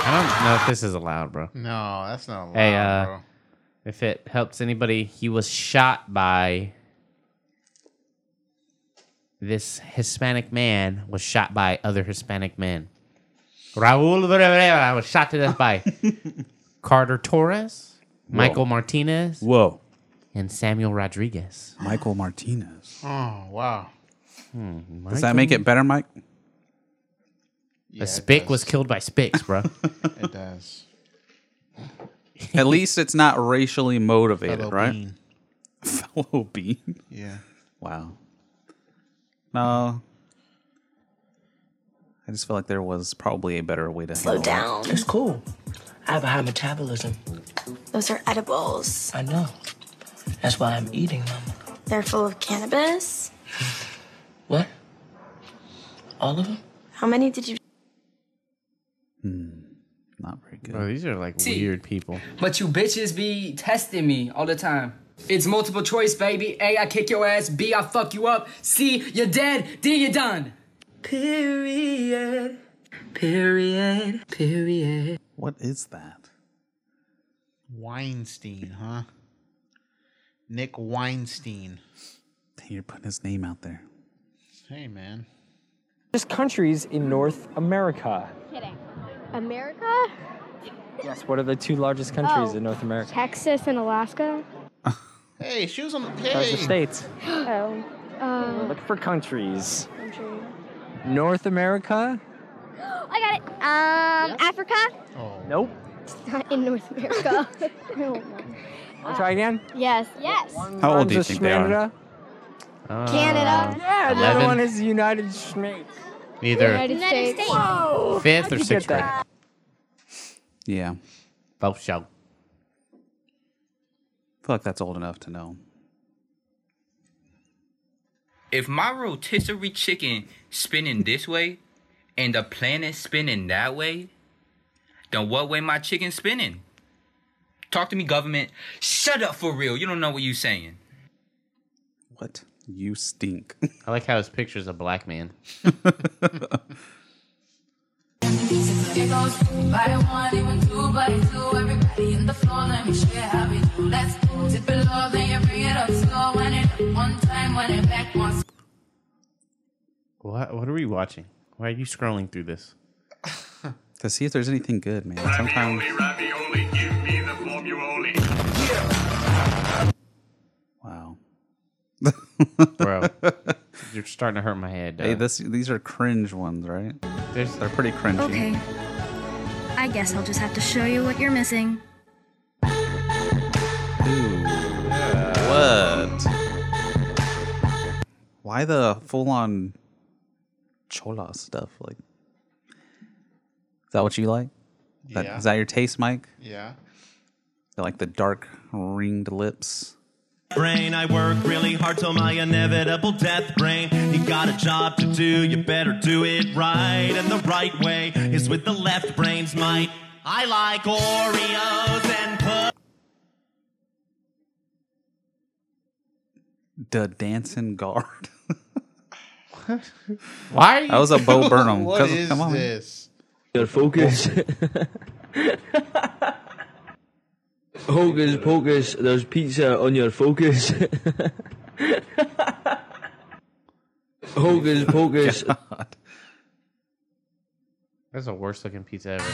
Speaker 2: I don't know if this is allowed, bro.
Speaker 6: No, that's not allowed,
Speaker 2: Hey, uh,
Speaker 6: bro.
Speaker 2: if it helps anybody, he was shot by this Hispanic man was shot by other Hispanic men. Raul Rivera was shot to death by Carter Torres, Michael Martinez,
Speaker 5: whoa,
Speaker 2: and Samuel Rodriguez.
Speaker 5: Michael Martinez.
Speaker 6: Oh wow.
Speaker 2: Hmm,
Speaker 5: Does that make it better, Mike?
Speaker 2: a spick was killed by spicks, bro.
Speaker 6: it does.
Speaker 5: At least it's not racially motivated,
Speaker 6: Fellow
Speaker 5: right?
Speaker 6: bean.
Speaker 5: Fellow bean.
Speaker 6: Yeah.
Speaker 5: Wow. No. I just feel like there was probably a better way to
Speaker 15: Slow
Speaker 5: handle it.
Speaker 15: down. It's
Speaker 16: cool. I have a high metabolism.
Speaker 15: Those are edibles.
Speaker 16: I know. That's why I'm eating them.
Speaker 15: They're full of cannabis.
Speaker 16: What? All of them?
Speaker 15: How many did you?
Speaker 5: Not very good.
Speaker 2: Bro, these are like
Speaker 16: See.
Speaker 2: weird people.
Speaker 16: But you bitches be testing me all the time. It's multiple choice, baby. A, I kick your ass. B, I fuck you up. C, you're dead. D, you're done. Period. Period. Period.
Speaker 5: What is that?
Speaker 6: Weinstein, huh? Nick Weinstein.
Speaker 5: You're putting his name out there.
Speaker 6: Hey man.
Speaker 3: Just countries in North America.
Speaker 13: Kidding. America? Oh.
Speaker 3: Yes, what are the two largest countries in North America?
Speaker 13: Texas and Alaska?
Speaker 6: Hey, she was on the
Speaker 3: Those are
Speaker 6: page.
Speaker 3: states.
Speaker 13: oh. Uh,
Speaker 3: Look for countries.
Speaker 13: country.
Speaker 3: North America?
Speaker 13: I got it. Um, Africa?
Speaker 3: Nope.
Speaker 13: It's not in North America. I don't know.
Speaker 3: Wanna try again?
Speaker 13: Yes, yes.
Speaker 5: How old do you
Speaker 3: Times
Speaker 5: think
Speaker 3: of
Speaker 5: they are?
Speaker 3: Canada?
Speaker 13: Canada.
Speaker 3: Yeah, the
Speaker 2: Uh, Eleven.
Speaker 3: other one is the United States.
Speaker 2: Either
Speaker 13: United States.
Speaker 3: Whoa.
Speaker 2: fifth
Speaker 3: How'd
Speaker 2: or
Speaker 3: you
Speaker 2: sixth
Speaker 3: get
Speaker 2: grade.
Speaker 3: that?
Speaker 5: Yeah.
Speaker 2: Both show.
Speaker 5: I feel like that's old enough to know.
Speaker 24: If my rotisserie chicken spinning this way and the planet spinning that way, then what way my chicken spinning? Talk to me, government. Shut up for real. You don't know what you saying.
Speaker 5: What? You stink.
Speaker 2: I like how his picture's a black man.
Speaker 25: It goes body one, even two, body two. Everybody in the floor, let me share how we do. Let's dip it low, then you bring it up slow. When it up one time, when it back once.
Speaker 2: What What are we watching? Why are you scrolling through this?
Speaker 5: To see if there's anything good, man. Sometimes. Wow.
Speaker 2: Bro, you're starting to hurt my head.
Speaker 5: Hey,
Speaker 2: dog.
Speaker 5: this these are cringe ones, right? They're pretty cringy.
Speaker 26: Okay. I guess I'll just have to show you what you're missing.
Speaker 5: what? Why the full on chola stuff? Like, is that what you like? Is that-
Speaker 6: Yeah.
Speaker 5: is that your taste, Mike?
Speaker 6: Yeah.
Speaker 5: You like the dark ringed lips?
Speaker 25: Brain, I work really hard till my inevitable death. Brain, you got a job to do, you better do it right. And the right way is with the left brain's might. I like Oreos and put.
Speaker 5: The dancing guard.
Speaker 2: Why?
Speaker 5: That was a Bo Burnham.
Speaker 6: What
Speaker 5: 'Cause-
Speaker 6: is
Speaker 5: come on.
Speaker 6: this?
Speaker 25: Gotta focus. Hocus pocus, there's pizza on your focus. Hocus pocus.
Speaker 2: That's the worst looking pizza ever.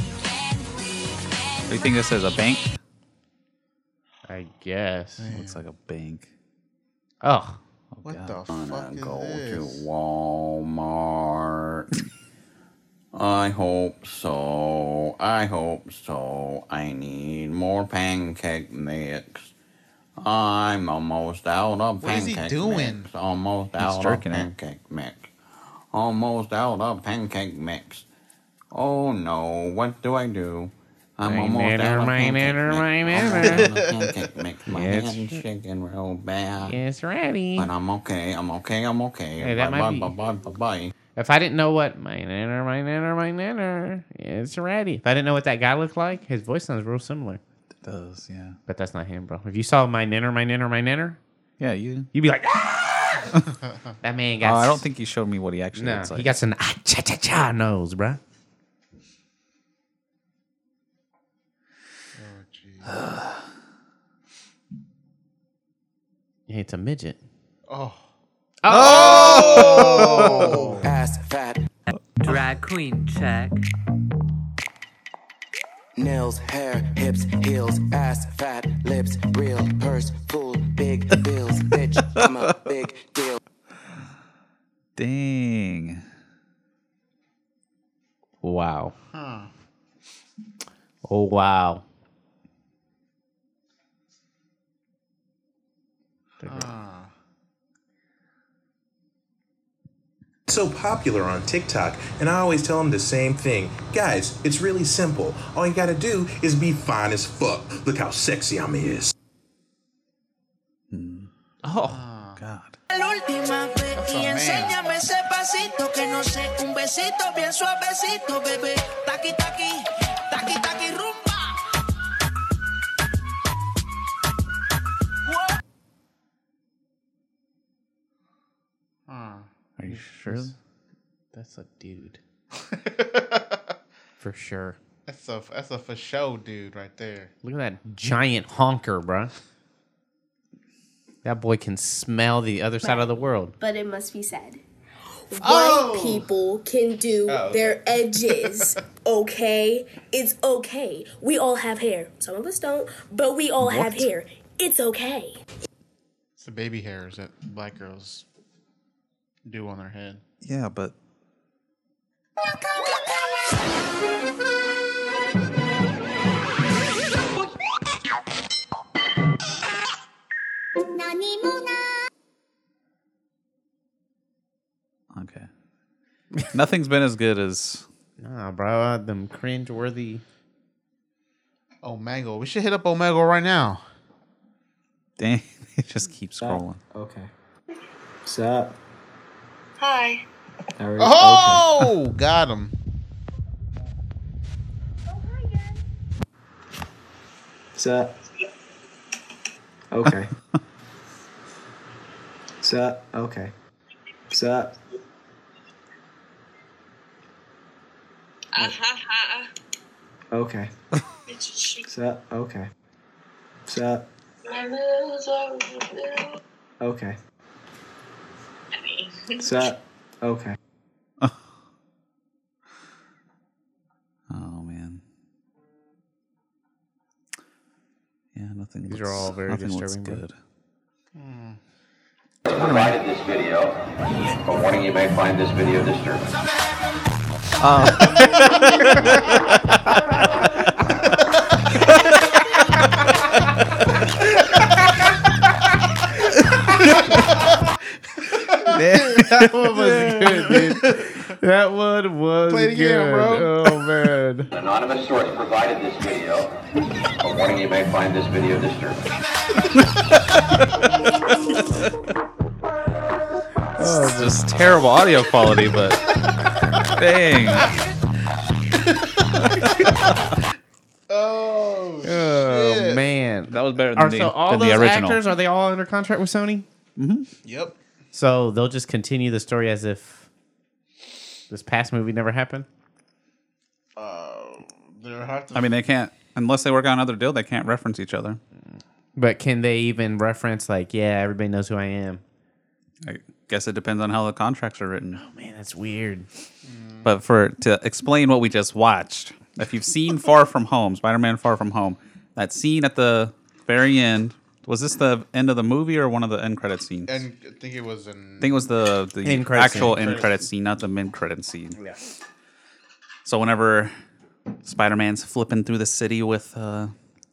Speaker 5: do you think this is a bank?
Speaker 2: I guess.
Speaker 5: Looks like a bank.
Speaker 2: Oh.
Speaker 6: What the fuck is this?
Speaker 27: Walmart. I hope so. I hope so. I need more pancake mix. I'm almost out of
Speaker 6: What is he
Speaker 27: pancake
Speaker 6: doing?
Speaker 27: mix. Almost out of
Speaker 6: jerking it.
Speaker 27: pancake mix. Almost out of pancake mix. Oh no, what do I do? I'm
Speaker 2: Mine
Speaker 27: almost
Speaker 2: dinner,
Speaker 27: out of
Speaker 2: mine
Speaker 27: pancake
Speaker 2: dinner,
Speaker 27: mix.
Speaker 2: mine
Speaker 27: I'm almost
Speaker 2: dinner.
Speaker 27: out of pancake mix. My
Speaker 2: Yes.
Speaker 27: hand's shaking real bad.
Speaker 2: It's ready.
Speaker 27: But I'm okay. I'm okay. I'm okay.
Speaker 2: Hey, that
Speaker 27: bye,
Speaker 2: might
Speaker 27: bye,
Speaker 2: be-
Speaker 27: bye, bye, bye.
Speaker 2: If I didn't know what my nanner, my nanner, my nanner, it's ready. If I didn't know what that guy looked like, his voice sounds real similar. It
Speaker 5: does, yeah.
Speaker 2: But that's not him, bro. If you saw my nanner, my nanner, my nanner,
Speaker 5: yeah, you
Speaker 2: you'd be like, "Ah!" that man got.
Speaker 5: Oh, I don't think he showed me what he actually
Speaker 2: No,
Speaker 5: looks like.
Speaker 2: he got some ah, cha cha cha nose, bro.
Speaker 5: Oh,
Speaker 2: Hey, it's a midget.
Speaker 6: Oh.
Speaker 2: Oh!
Speaker 13: Ass fat. Drag queen check. Nails, hair, hips, heels, ass fat, lips, real, purse, full, big bills, bitch, I'm a big deal.
Speaker 5: Dang.
Speaker 2: Wow.
Speaker 6: Huh.
Speaker 2: Oh wow.
Speaker 13: Ah. so popular on TikTok, and I always tell them the same thing. Guys, it's really simple. All you gotta do is be fine as fuck. Look how sexy I'm is.
Speaker 2: Oh,
Speaker 5: God.
Speaker 3: La última vez y enséñame ese pasito que no sé, un besito bien suavecito, bebé. Taqui taqui, taqui taqui rumba.
Speaker 5: Are you sure?
Speaker 2: That's a dude. For sure.
Speaker 6: That's a that's a for show dude right there.
Speaker 2: Look at that giant honker, bruh. That boy can smell the other side of the world.
Speaker 16: but it must be said.
Speaker 6: Oh!
Speaker 16: White people can do
Speaker 2: Oh, okay.
Speaker 16: their edges, okay? It's okay. We all have hair. Some of us don't, but we all have
Speaker 6: What?
Speaker 16: hair. It's okay.
Speaker 6: It's the baby hairs that black girls do on their head.
Speaker 5: Yeah, but okay. Nothing's been as good as
Speaker 2: Nah, bro, them cringe-worthy.
Speaker 6: Omegle. Oh, We should hit up Omegle right now.
Speaker 5: Dang, it just keeps scrolling.
Speaker 6: Okay.
Speaker 15: What's up?
Speaker 3: Hi.
Speaker 6: Oh, got him.
Speaker 15: What's up? Okay. What's up? Okay. What's up? Okay. What's up? Okay. What's up? Okay. What's up? Okay.
Speaker 5: Oh man. Yeah, nothing.
Speaker 2: These
Speaker 5: looks,
Speaker 2: are all very
Speaker 5: nothing looks
Speaker 2: disturbing, bro.
Speaker 5: Good.
Speaker 8: provided this video, but warning you may find this video disturbing.
Speaker 2: that one was good, dude. That one was
Speaker 8: Play it
Speaker 2: good.
Speaker 8: again, bro.
Speaker 2: Oh man.
Speaker 8: An anonymous source provided this video, but warning you may find this video disturbing.
Speaker 5: It's Oh, just terrible audio quality, but dang.
Speaker 6: oh,
Speaker 2: Oh
Speaker 6: shit.
Speaker 2: man,
Speaker 5: that was better
Speaker 2: Are,
Speaker 5: than the-
Speaker 2: so all
Speaker 5: than the
Speaker 2: those
Speaker 5: original.
Speaker 2: actors are they all under contract with Sony?
Speaker 5: Mm-hmm.
Speaker 6: Yep.
Speaker 2: So they'll just continue the story as if this past movie never happened.
Speaker 6: There have to
Speaker 5: I mean, they can't unless they work on another deal. They can't reference each other.
Speaker 2: But can they even reference like, yeah, everybody knows who I am?
Speaker 5: I guess it depends on how the contracts are written.
Speaker 2: Man, that's Oh, weird.
Speaker 5: But for to explain what we just watched, If you've seen Far From Home, Spider-Man Far From Home, that scene at the very end was this the end of the movie or one of the end credit scenes?
Speaker 6: And I think it was in.
Speaker 5: I think it was the the
Speaker 6: End credit
Speaker 5: actual
Speaker 6: scene.
Speaker 5: end credit scene, not the mid credit scene.
Speaker 6: Yeah.
Speaker 5: So whenever Spider-Man's flipping through the city with uh,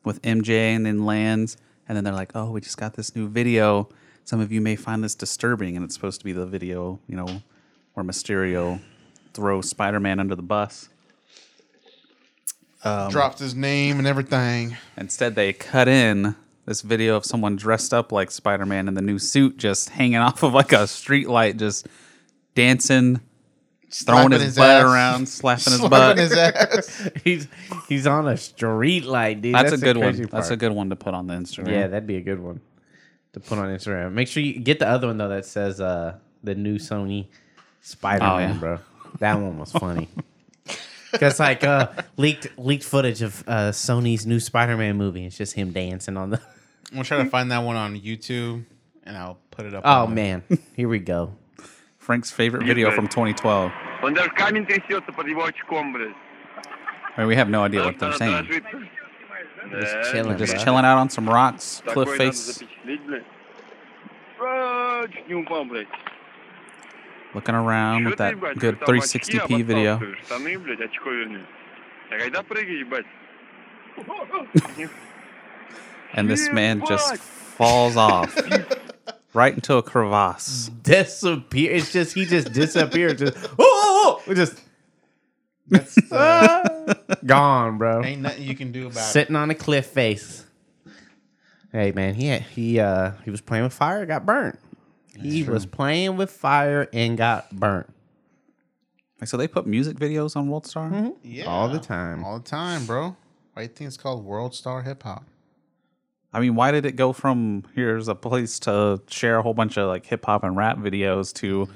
Speaker 5: with MJ and then lands, and then they're like, "Oh, we just got this new video. Some of you may find this disturbing." And it's supposed to be the video, you know, where Mysterio throws Spider-Man under the bus. Um,
Speaker 6: Dropped his name and everything.
Speaker 5: Instead, they cut in this video of someone dressed up like Spider Man in the new suit, just hanging off of like a street light, just dancing, throwing
Speaker 2: Slapping
Speaker 5: his,
Speaker 2: his
Speaker 5: butt
Speaker 2: ass.
Speaker 5: around, slapping his
Speaker 2: Slapping
Speaker 5: butt.
Speaker 2: his ass. He's- he's on a street light, dude.
Speaker 5: That's,
Speaker 2: That's
Speaker 5: a
Speaker 2: the
Speaker 5: good one.
Speaker 2: crazy
Speaker 5: That's
Speaker 2: part.
Speaker 5: a good one to put on the Instagram.
Speaker 2: Yeah, that'd be a good one to put on Instagram. Make sure you get the other one though that says uh the new Sony Spider Man,
Speaker 5: Oh, yeah.
Speaker 2: bro. That one was funny. Cause like uh, leaked leaked footage of uh, Sony's new Spider Man movie. It's just him dancing on the.
Speaker 6: I'm gonna try to find that one on YouTube, and I'll put it up.
Speaker 2: Oh
Speaker 6: on
Speaker 2: man, here we go.
Speaker 5: Frank's favorite video from 2012.
Speaker 20: Он даже камень трясется под его очком, блядь.
Speaker 5: I mean, we have no idea what they're saying.
Speaker 20: Да.
Speaker 5: They're just chilling out on some rocks,
Speaker 20: Такое
Speaker 5: cliff
Speaker 20: надо
Speaker 5: face,
Speaker 20: запечатлеть, блядь. А, Чуть не упал, блядь.
Speaker 5: looking around with that good 360p video.
Speaker 20: Штаны, блядь, очко верни. А когда прыгай, ебать?
Speaker 5: And this man just falls off right into a crevasse.
Speaker 2: Disappear. It's just he just disappeared. Just oh, oh, oh just uh,
Speaker 6: That's,
Speaker 2: gone, bro.
Speaker 6: Ain't nothing you can do about it.
Speaker 2: Sitting on a cliff face. Hey man, he had, he uh he was playing with fire, got burnt. he was playing with fire and got burnt.
Speaker 5: Like, so they put music videos on World Star?
Speaker 2: Mm-hmm.
Speaker 6: Yeah.
Speaker 2: All the time.
Speaker 6: All the time, bro. Why do you think it's called World Star Hip Hop?
Speaker 5: I mean, why did it go from here's a place to share a whole bunch of like hip hop and rap videos to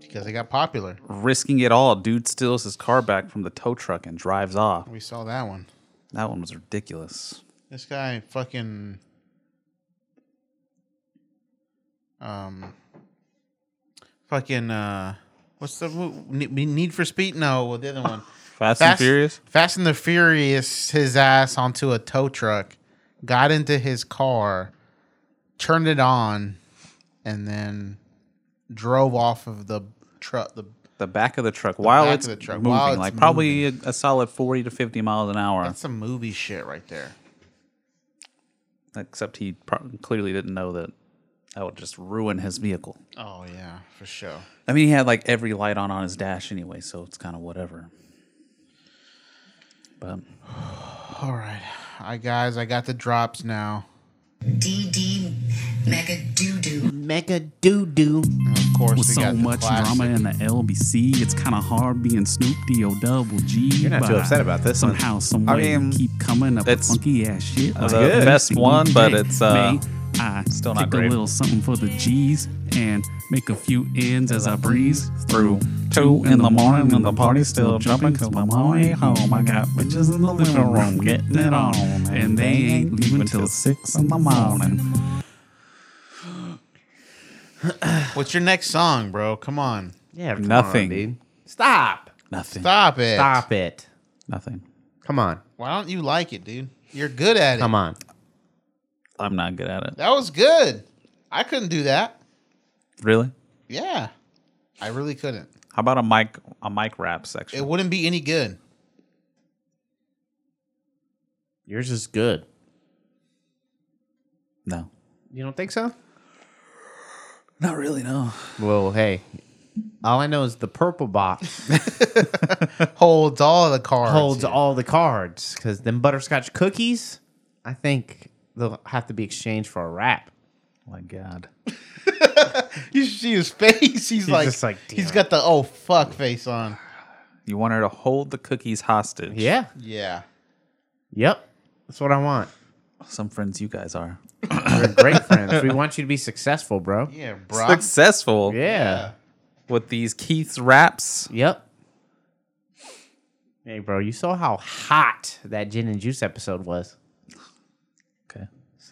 Speaker 6: Because they got popular.
Speaker 5: risking it all? Dude steals his car back from the tow truck and drives off.
Speaker 6: We saw that one.
Speaker 5: That one was ridiculous.
Speaker 6: This guy fucking um fucking uh what's the mo- Ne- Need for Speed? No, well, the other one.
Speaker 5: Fast and Furious?
Speaker 6: Fast and the Furious his ass onto a tow truck, got into his car, turned it on, and then drove off of the truck the
Speaker 5: The back of the truck, while
Speaker 6: back
Speaker 5: it's
Speaker 6: of the truck,
Speaker 5: moving,
Speaker 6: while it's
Speaker 5: like probably a, a solid 40 to 50 miles an hour,
Speaker 6: That's some movie shit right there.
Speaker 5: except he pro- clearly didn't know that that would just ruin his vehicle.
Speaker 6: Oh yeah, for sure.
Speaker 5: I mean, he had like every light on on his dash anyway, so it's kind of whatever. But
Speaker 6: All right. I guys, I got the drops now.
Speaker 3: DD Mega Doo Doo.
Speaker 2: Mega Doo Doo.
Speaker 6: Of course,
Speaker 28: With
Speaker 6: we
Speaker 28: so
Speaker 6: got the
Speaker 28: much
Speaker 6: classic.
Speaker 28: drama in the LBC, it's kind of hard being Snoop D-O double G.
Speaker 6: You're not too
Speaker 28: but
Speaker 6: upset about this one.
Speaker 28: Somehow, some
Speaker 5: I
Speaker 28: way,
Speaker 5: mean,
Speaker 28: keep coming up with funky ass shit.
Speaker 5: that's good. best
Speaker 28: every
Speaker 5: one,
Speaker 28: single
Speaker 5: but
Speaker 28: day.
Speaker 5: it's, uh,
Speaker 28: May I still
Speaker 5: not
Speaker 28: not
Speaker 5: great.
Speaker 28: a little something for the G's and make a few ends as I breeze through. Two in the morning and the party's still jumping because my mom ain't home. I got bitches in the living room getting it on, and they ain't leaving till six in the morning.
Speaker 6: What's your next song, bro? Come on.
Speaker 2: Yeah,
Speaker 5: come Nothing. on, dude.
Speaker 2: Stop.
Speaker 5: Nothing.
Speaker 6: Stop it.
Speaker 2: Stop it.
Speaker 5: Nothing.
Speaker 2: Come on.
Speaker 6: Why don't you like it, dude? You're good at it.
Speaker 2: Come on.
Speaker 5: I'm not good at it.
Speaker 6: That was good. I couldn't do that.
Speaker 5: Really?
Speaker 6: Yeah. I really couldn't.
Speaker 5: How about a mic a mic rap section?
Speaker 6: It wouldn't be any good.
Speaker 2: Yours is good.
Speaker 5: No.
Speaker 2: You don't think so?
Speaker 5: Not really, no. Oh
Speaker 2: Well, hey. All I know is the purple box
Speaker 6: holds all the cards.
Speaker 2: Holds all the cards because them butterscotch cookies, I think they'll have to be exchanged for a wrap.
Speaker 5: My God.
Speaker 6: You should see his face. He's, like,
Speaker 2: just like,
Speaker 6: he's got the oh fuck face on.
Speaker 5: You want her to hold the cookies hostage.
Speaker 2: Yeah.
Speaker 6: Yeah.
Speaker 2: Yep. That's what I want.
Speaker 5: Some friends you guys are.
Speaker 2: We're great friends. We want you to be successful, bro.
Speaker 6: Yeah, bro.
Speaker 5: Successful.
Speaker 2: Yeah.
Speaker 5: With these Keith's raps.
Speaker 2: Yep. Hey, bro, you saw how hot that gin and juice episode was.
Speaker 5: Okay.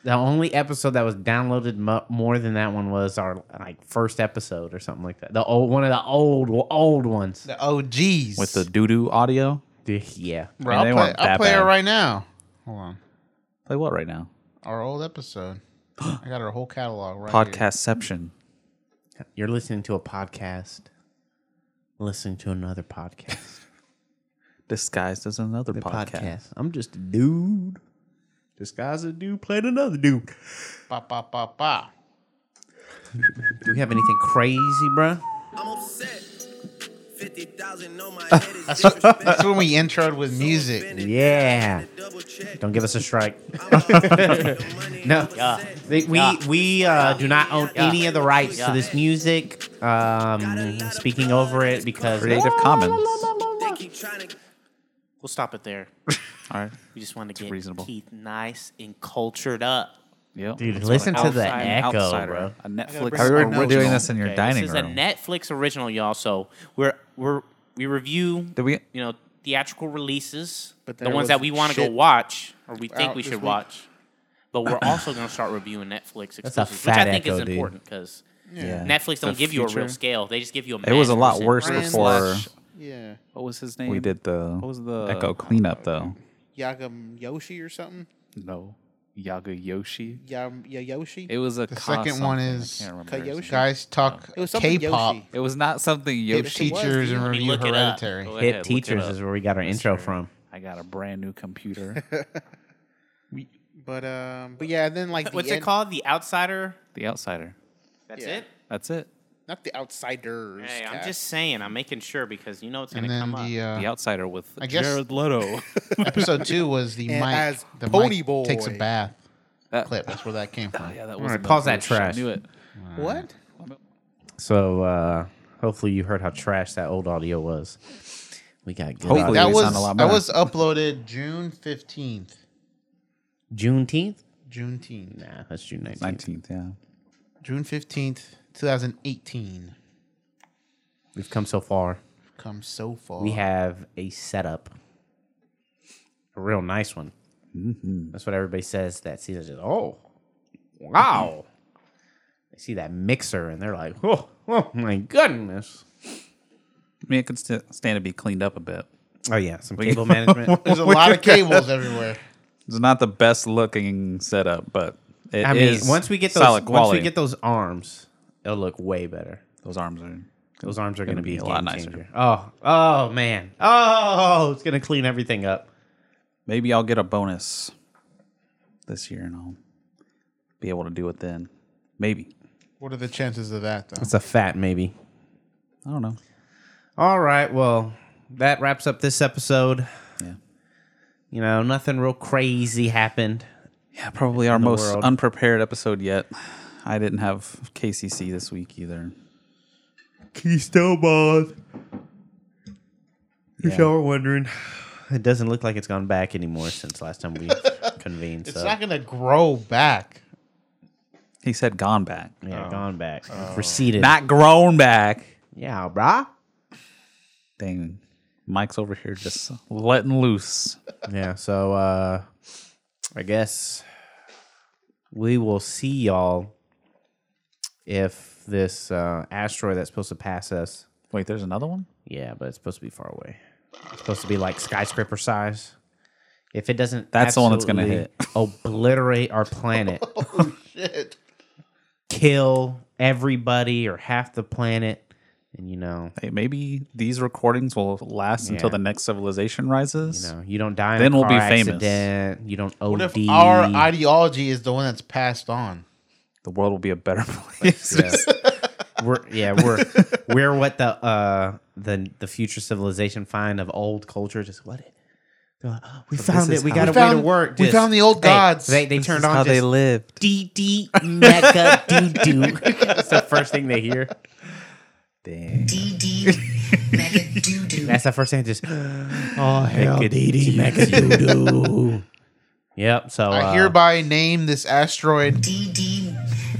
Speaker 2: The only episode that was downloaded mo- more than that one was our like first episode or something like that. The old one of the old old ones.
Speaker 6: The OGs
Speaker 5: With the doo doo audio.
Speaker 2: Yeah.
Speaker 6: Bro, I'll play, I'll play it right now. Hold on.
Speaker 5: Play what right now?
Speaker 6: Our old episode. I got our whole catalog right
Speaker 5: Podcastception.
Speaker 2: You're listening to a podcast, listening to another podcast.
Speaker 5: Disguised as another
Speaker 2: The
Speaker 5: podcast.
Speaker 2: podcast. I'm just a dude. Disguised as a dude, playing another dude.
Speaker 6: here. Ba, ba, ba, ba.
Speaker 2: Do we have anything crazy, bruh?
Speaker 6: That's, that's when we introed with music.
Speaker 2: Yeah. Don't give us a strike. no.
Speaker 6: Yeah.
Speaker 2: They- We
Speaker 6: Yeah.
Speaker 2: we uh, do not own
Speaker 6: Yeah.
Speaker 2: any of the rights
Speaker 6: Yeah.
Speaker 2: to this music. Um, speaking over it because
Speaker 5: Creative Commons.
Speaker 3: They keep trying to. We'll stop it there.
Speaker 5: All right.
Speaker 3: We just wanted
Speaker 5: It's
Speaker 3: to get
Speaker 5: reasonable.
Speaker 3: Keith nice and cultured up.
Speaker 5: Yep.
Speaker 2: Dude,
Speaker 5: That's
Speaker 2: listen
Speaker 5: what I-
Speaker 2: to the
Speaker 5: Outsider-
Speaker 2: echo,
Speaker 5: outsider.
Speaker 2: bro.
Speaker 5: A
Speaker 3: I gotta
Speaker 5: Netflix.
Speaker 3: bring some
Speaker 5: We're doing
Speaker 3: original.
Speaker 5: this in your
Speaker 3: Okay,
Speaker 5: dining
Speaker 3: This is
Speaker 5: room.
Speaker 3: a Netflix original, y'all. So we're we're we review
Speaker 5: Did we-
Speaker 3: you know theatrical releases,
Speaker 6: But
Speaker 3: the
Speaker 6: there
Speaker 3: ones
Speaker 6: was
Speaker 3: that we want to go
Speaker 6: shit
Speaker 3: watch or we
Speaker 6: out
Speaker 3: think we
Speaker 6: this
Speaker 3: should
Speaker 6: week.
Speaker 3: watch. But we're also going to start reviewing Netflix
Speaker 2: That's a
Speaker 3: exclusives, which I
Speaker 2: fat
Speaker 3: think is
Speaker 2: echo, dude.
Speaker 3: important because
Speaker 5: Yeah.
Speaker 3: Netflix don't
Speaker 5: The
Speaker 3: give you a real
Speaker 5: future.
Speaker 3: scale; they just give you a.
Speaker 5: It was a lot
Speaker 3: mass
Speaker 5: worse
Speaker 3: percentage.
Speaker 5: before
Speaker 6: Yeah.
Speaker 5: What was his name?
Speaker 6: name?
Speaker 5: we did the,
Speaker 6: What was the-
Speaker 5: echo cleanup, though.
Speaker 6: Yagam Yoshi or something?
Speaker 5: No, Yaga Yoshi.
Speaker 6: Yam Yayoshi?
Speaker 5: It was a
Speaker 6: The
Speaker 5: ka
Speaker 6: second one
Speaker 5: something. I
Speaker 6: is
Speaker 5: can't remember his name.
Speaker 6: Kayoshi. Guys talk
Speaker 5: It was something
Speaker 6: K-pop.
Speaker 5: Yoshi. It was not something Yoshi.
Speaker 6: teachers and
Speaker 5: Let me
Speaker 6: review
Speaker 5: look it up.
Speaker 6: Hereditary.
Speaker 5: Go ahead,
Speaker 2: Hit
Speaker 5: look it
Speaker 2: teachers
Speaker 5: up.
Speaker 2: is where we got our intro from.
Speaker 5: I got a brand new computer.
Speaker 6: But um, but yeah, then like the
Speaker 3: What's it
Speaker 6: end-
Speaker 3: called? The Outsider.
Speaker 5: the Outsider.
Speaker 3: That's
Speaker 6: Yeah.
Speaker 3: it.
Speaker 5: That's it.
Speaker 6: Not the outsiders.
Speaker 3: Hey, I'm
Speaker 6: cat.
Speaker 3: just saying. I'm making sure because you know it's going
Speaker 6: And
Speaker 3: to
Speaker 6: then
Speaker 3: come
Speaker 6: the
Speaker 3: up.
Speaker 6: uh,
Speaker 5: the Outsider with
Speaker 6: I guess-
Speaker 5: Jared Leto.
Speaker 6: episode two was the
Speaker 5: And
Speaker 6: Mike
Speaker 5: as
Speaker 6: the
Speaker 5: Pony
Speaker 6: Mike
Speaker 5: Boy.
Speaker 6: takes a bath
Speaker 5: That- Oh,
Speaker 6: clip. That's where that came from.
Speaker 5: yeah, that
Speaker 2: All
Speaker 5: was
Speaker 2: right,
Speaker 5: the
Speaker 2: pause that
Speaker 5: bullshit. I
Speaker 2: trash.
Speaker 5: knew it.
Speaker 6: What?
Speaker 2: So uh, hopefully you heard how trash that old audio was. We got good.
Speaker 5: Hopefully
Speaker 2: audio.
Speaker 6: that
Speaker 5: we
Speaker 6: was
Speaker 5: sound a lot
Speaker 6: that
Speaker 5: better.
Speaker 6: was uploaded June fifteenth.
Speaker 2: Juneteenth.
Speaker 6: Juneteenth.
Speaker 2: Nah, that's June nineteenth.
Speaker 5: Nineteenth, yeah.
Speaker 6: June fifteenth, two thousand eighteen.
Speaker 2: We've come so far.
Speaker 6: Come so far.
Speaker 2: We have a setup, a real nice one.
Speaker 5: Mm-hmm.
Speaker 2: That's what everybody says. That season is oh, wow. They see that mixer and they're like, oh, oh my goodness.
Speaker 5: I mean, it could st- stand to be cleaned up a bit.
Speaker 2: Oh yeah, some
Speaker 5: We-
Speaker 2: cable management.
Speaker 6: There's a lot of cables everywhere.
Speaker 5: It's not the best looking setup, but it is
Speaker 2: I mean, once we get those,
Speaker 5: solid
Speaker 2: once
Speaker 5: quality.
Speaker 2: we get those arms, it'll look way better.
Speaker 5: those arms are
Speaker 2: Those arms are going to be a lot nicer.
Speaker 5: nicer.
Speaker 2: Oh, oh man. Oh, it's going to clean everything up.
Speaker 5: Maybe I'll get a bonus this year, and I'll be able to do it then. Maybe
Speaker 6: What are the chances of that though?
Speaker 2: It's a fat maybe.
Speaker 5: I don't know.
Speaker 2: All right. Well, that wraps up this episode.
Speaker 5: Yeah.
Speaker 2: You know, nothing real crazy happened.
Speaker 5: Yeah, probably our
Speaker 2: the
Speaker 5: most
Speaker 2: world.
Speaker 5: unprepared episode yet. I didn't have KCC this week either.
Speaker 2: Keystone Bond. If
Speaker 5: Yeah.
Speaker 2: y'all were wondering, it doesn't look like it's gone back anymore since last time we convened.
Speaker 6: It's
Speaker 2: so
Speaker 6: not gonna grow back.
Speaker 5: He said gone back,
Speaker 2: yeah, gone back, receded.
Speaker 5: Oh. not grown back.
Speaker 2: yeah, brah.
Speaker 5: Dang, Mike's over here just letting loose.
Speaker 2: yeah. So uh I guess we will see y'all if this uh asteroid that's supposed to pass us.
Speaker 5: Wait, there's another one.
Speaker 2: Yeah, but it's supposed to be far away. It's supposed to be like skyscraper size. If it doesn't,
Speaker 5: That's the one that's gonna Oh,
Speaker 2: absolutely obliterate our planet,
Speaker 6: Shit.
Speaker 2: kill everybody or half the planet, and you know,
Speaker 5: Hey, maybe these recordings will last until
Speaker 2: Yeah.
Speaker 5: the next civilization rises.
Speaker 2: you know, you don't die. In
Speaker 5: Then
Speaker 2: a
Speaker 5: we'll be
Speaker 2: car
Speaker 5: famous.
Speaker 2: accident, You don't OD.
Speaker 6: What if our ideology is the one that's passed on?
Speaker 5: The world will be a better place.
Speaker 2: we're yeah we're we're what the uh the the future civilization find of old culture just what it they're like, "Oh, we
Speaker 5: So this
Speaker 2: found
Speaker 5: is
Speaker 2: it we
Speaker 5: how-
Speaker 2: got
Speaker 5: We
Speaker 2: a way to
Speaker 6: found-
Speaker 2: work
Speaker 6: we
Speaker 2: just-
Speaker 6: found the old
Speaker 2: hey,
Speaker 6: gods."
Speaker 2: they they turned on
Speaker 5: how they
Speaker 2: just
Speaker 5: lived.
Speaker 2: dee dee mega doo doo that's the first thing they hear
Speaker 5: Dang.
Speaker 29: DD Mega Doo Doo.
Speaker 2: that's the first thing just
Speaker 5: Oh, hell,
Speaker 2: dee dee mega doo doo yep so
Speaker 6: I
Speaker 2: uh,
Speaker 6: hereby name this asteroid.
Speaker 29: DD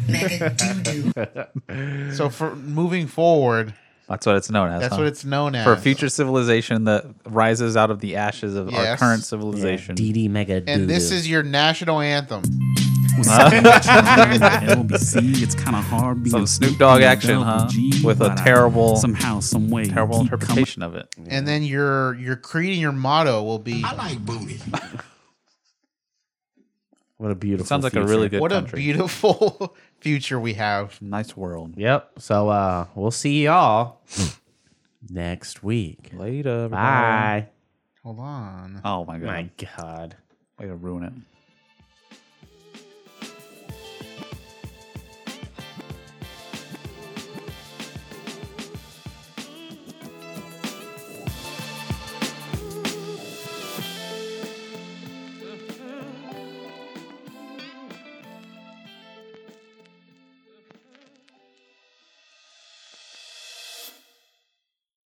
Speaker 29: Mega Doo Doo.
Speaker 6: So for moving forward,
Speaker 5: That's what it's known as.
Speaker 6: that's
Speaker 5: huh?
Speaker 6: what it's known as
Speaker 5: for a future civilization that rises out of the ashes of our
Speaker 6: Yes.
Speaker 5: current
Speaker 2: yeah,
Speaker 5: civilization.
Speaker 2: dee dee mega
Speaker 6: And this
Speaker 2: doo-doo.
Speaker 6: is your national anthem.
Speaker 5: With LBC, it's kind of hard being
Speaker 30: Some Snoop Dogg action, huh?
Speaker 5: LBG,
Speaker 30: With a
Speaker 5: but I
Speaker 30: terrible,
Speaker 5: somehow, some way,
Speaker 30: terrible
Speaker 5: keep
Speaker 30: interpretation of it.
Speaker 6: And then your your creed and your motto will be I
Speaker 31: like booty.
Speaker 2: What a beautiful.
Speaker 30: Sounds like a really
Speaker 2: future.
Speaker 30: good
Speaker 6: What
Speaker 30: country.
Speaker 6: a beautiful future we have.
Speaker 30: nice world.
Speaker 2: Yep. So uh we'll see y'all next week.
Speaker 30: Later.
Speaker 2: Bye.
Speaker 6: Hold on.
Speaker 30: Oh my god.
Speaker 2: My God.
Speaker 30: Way to ruin it.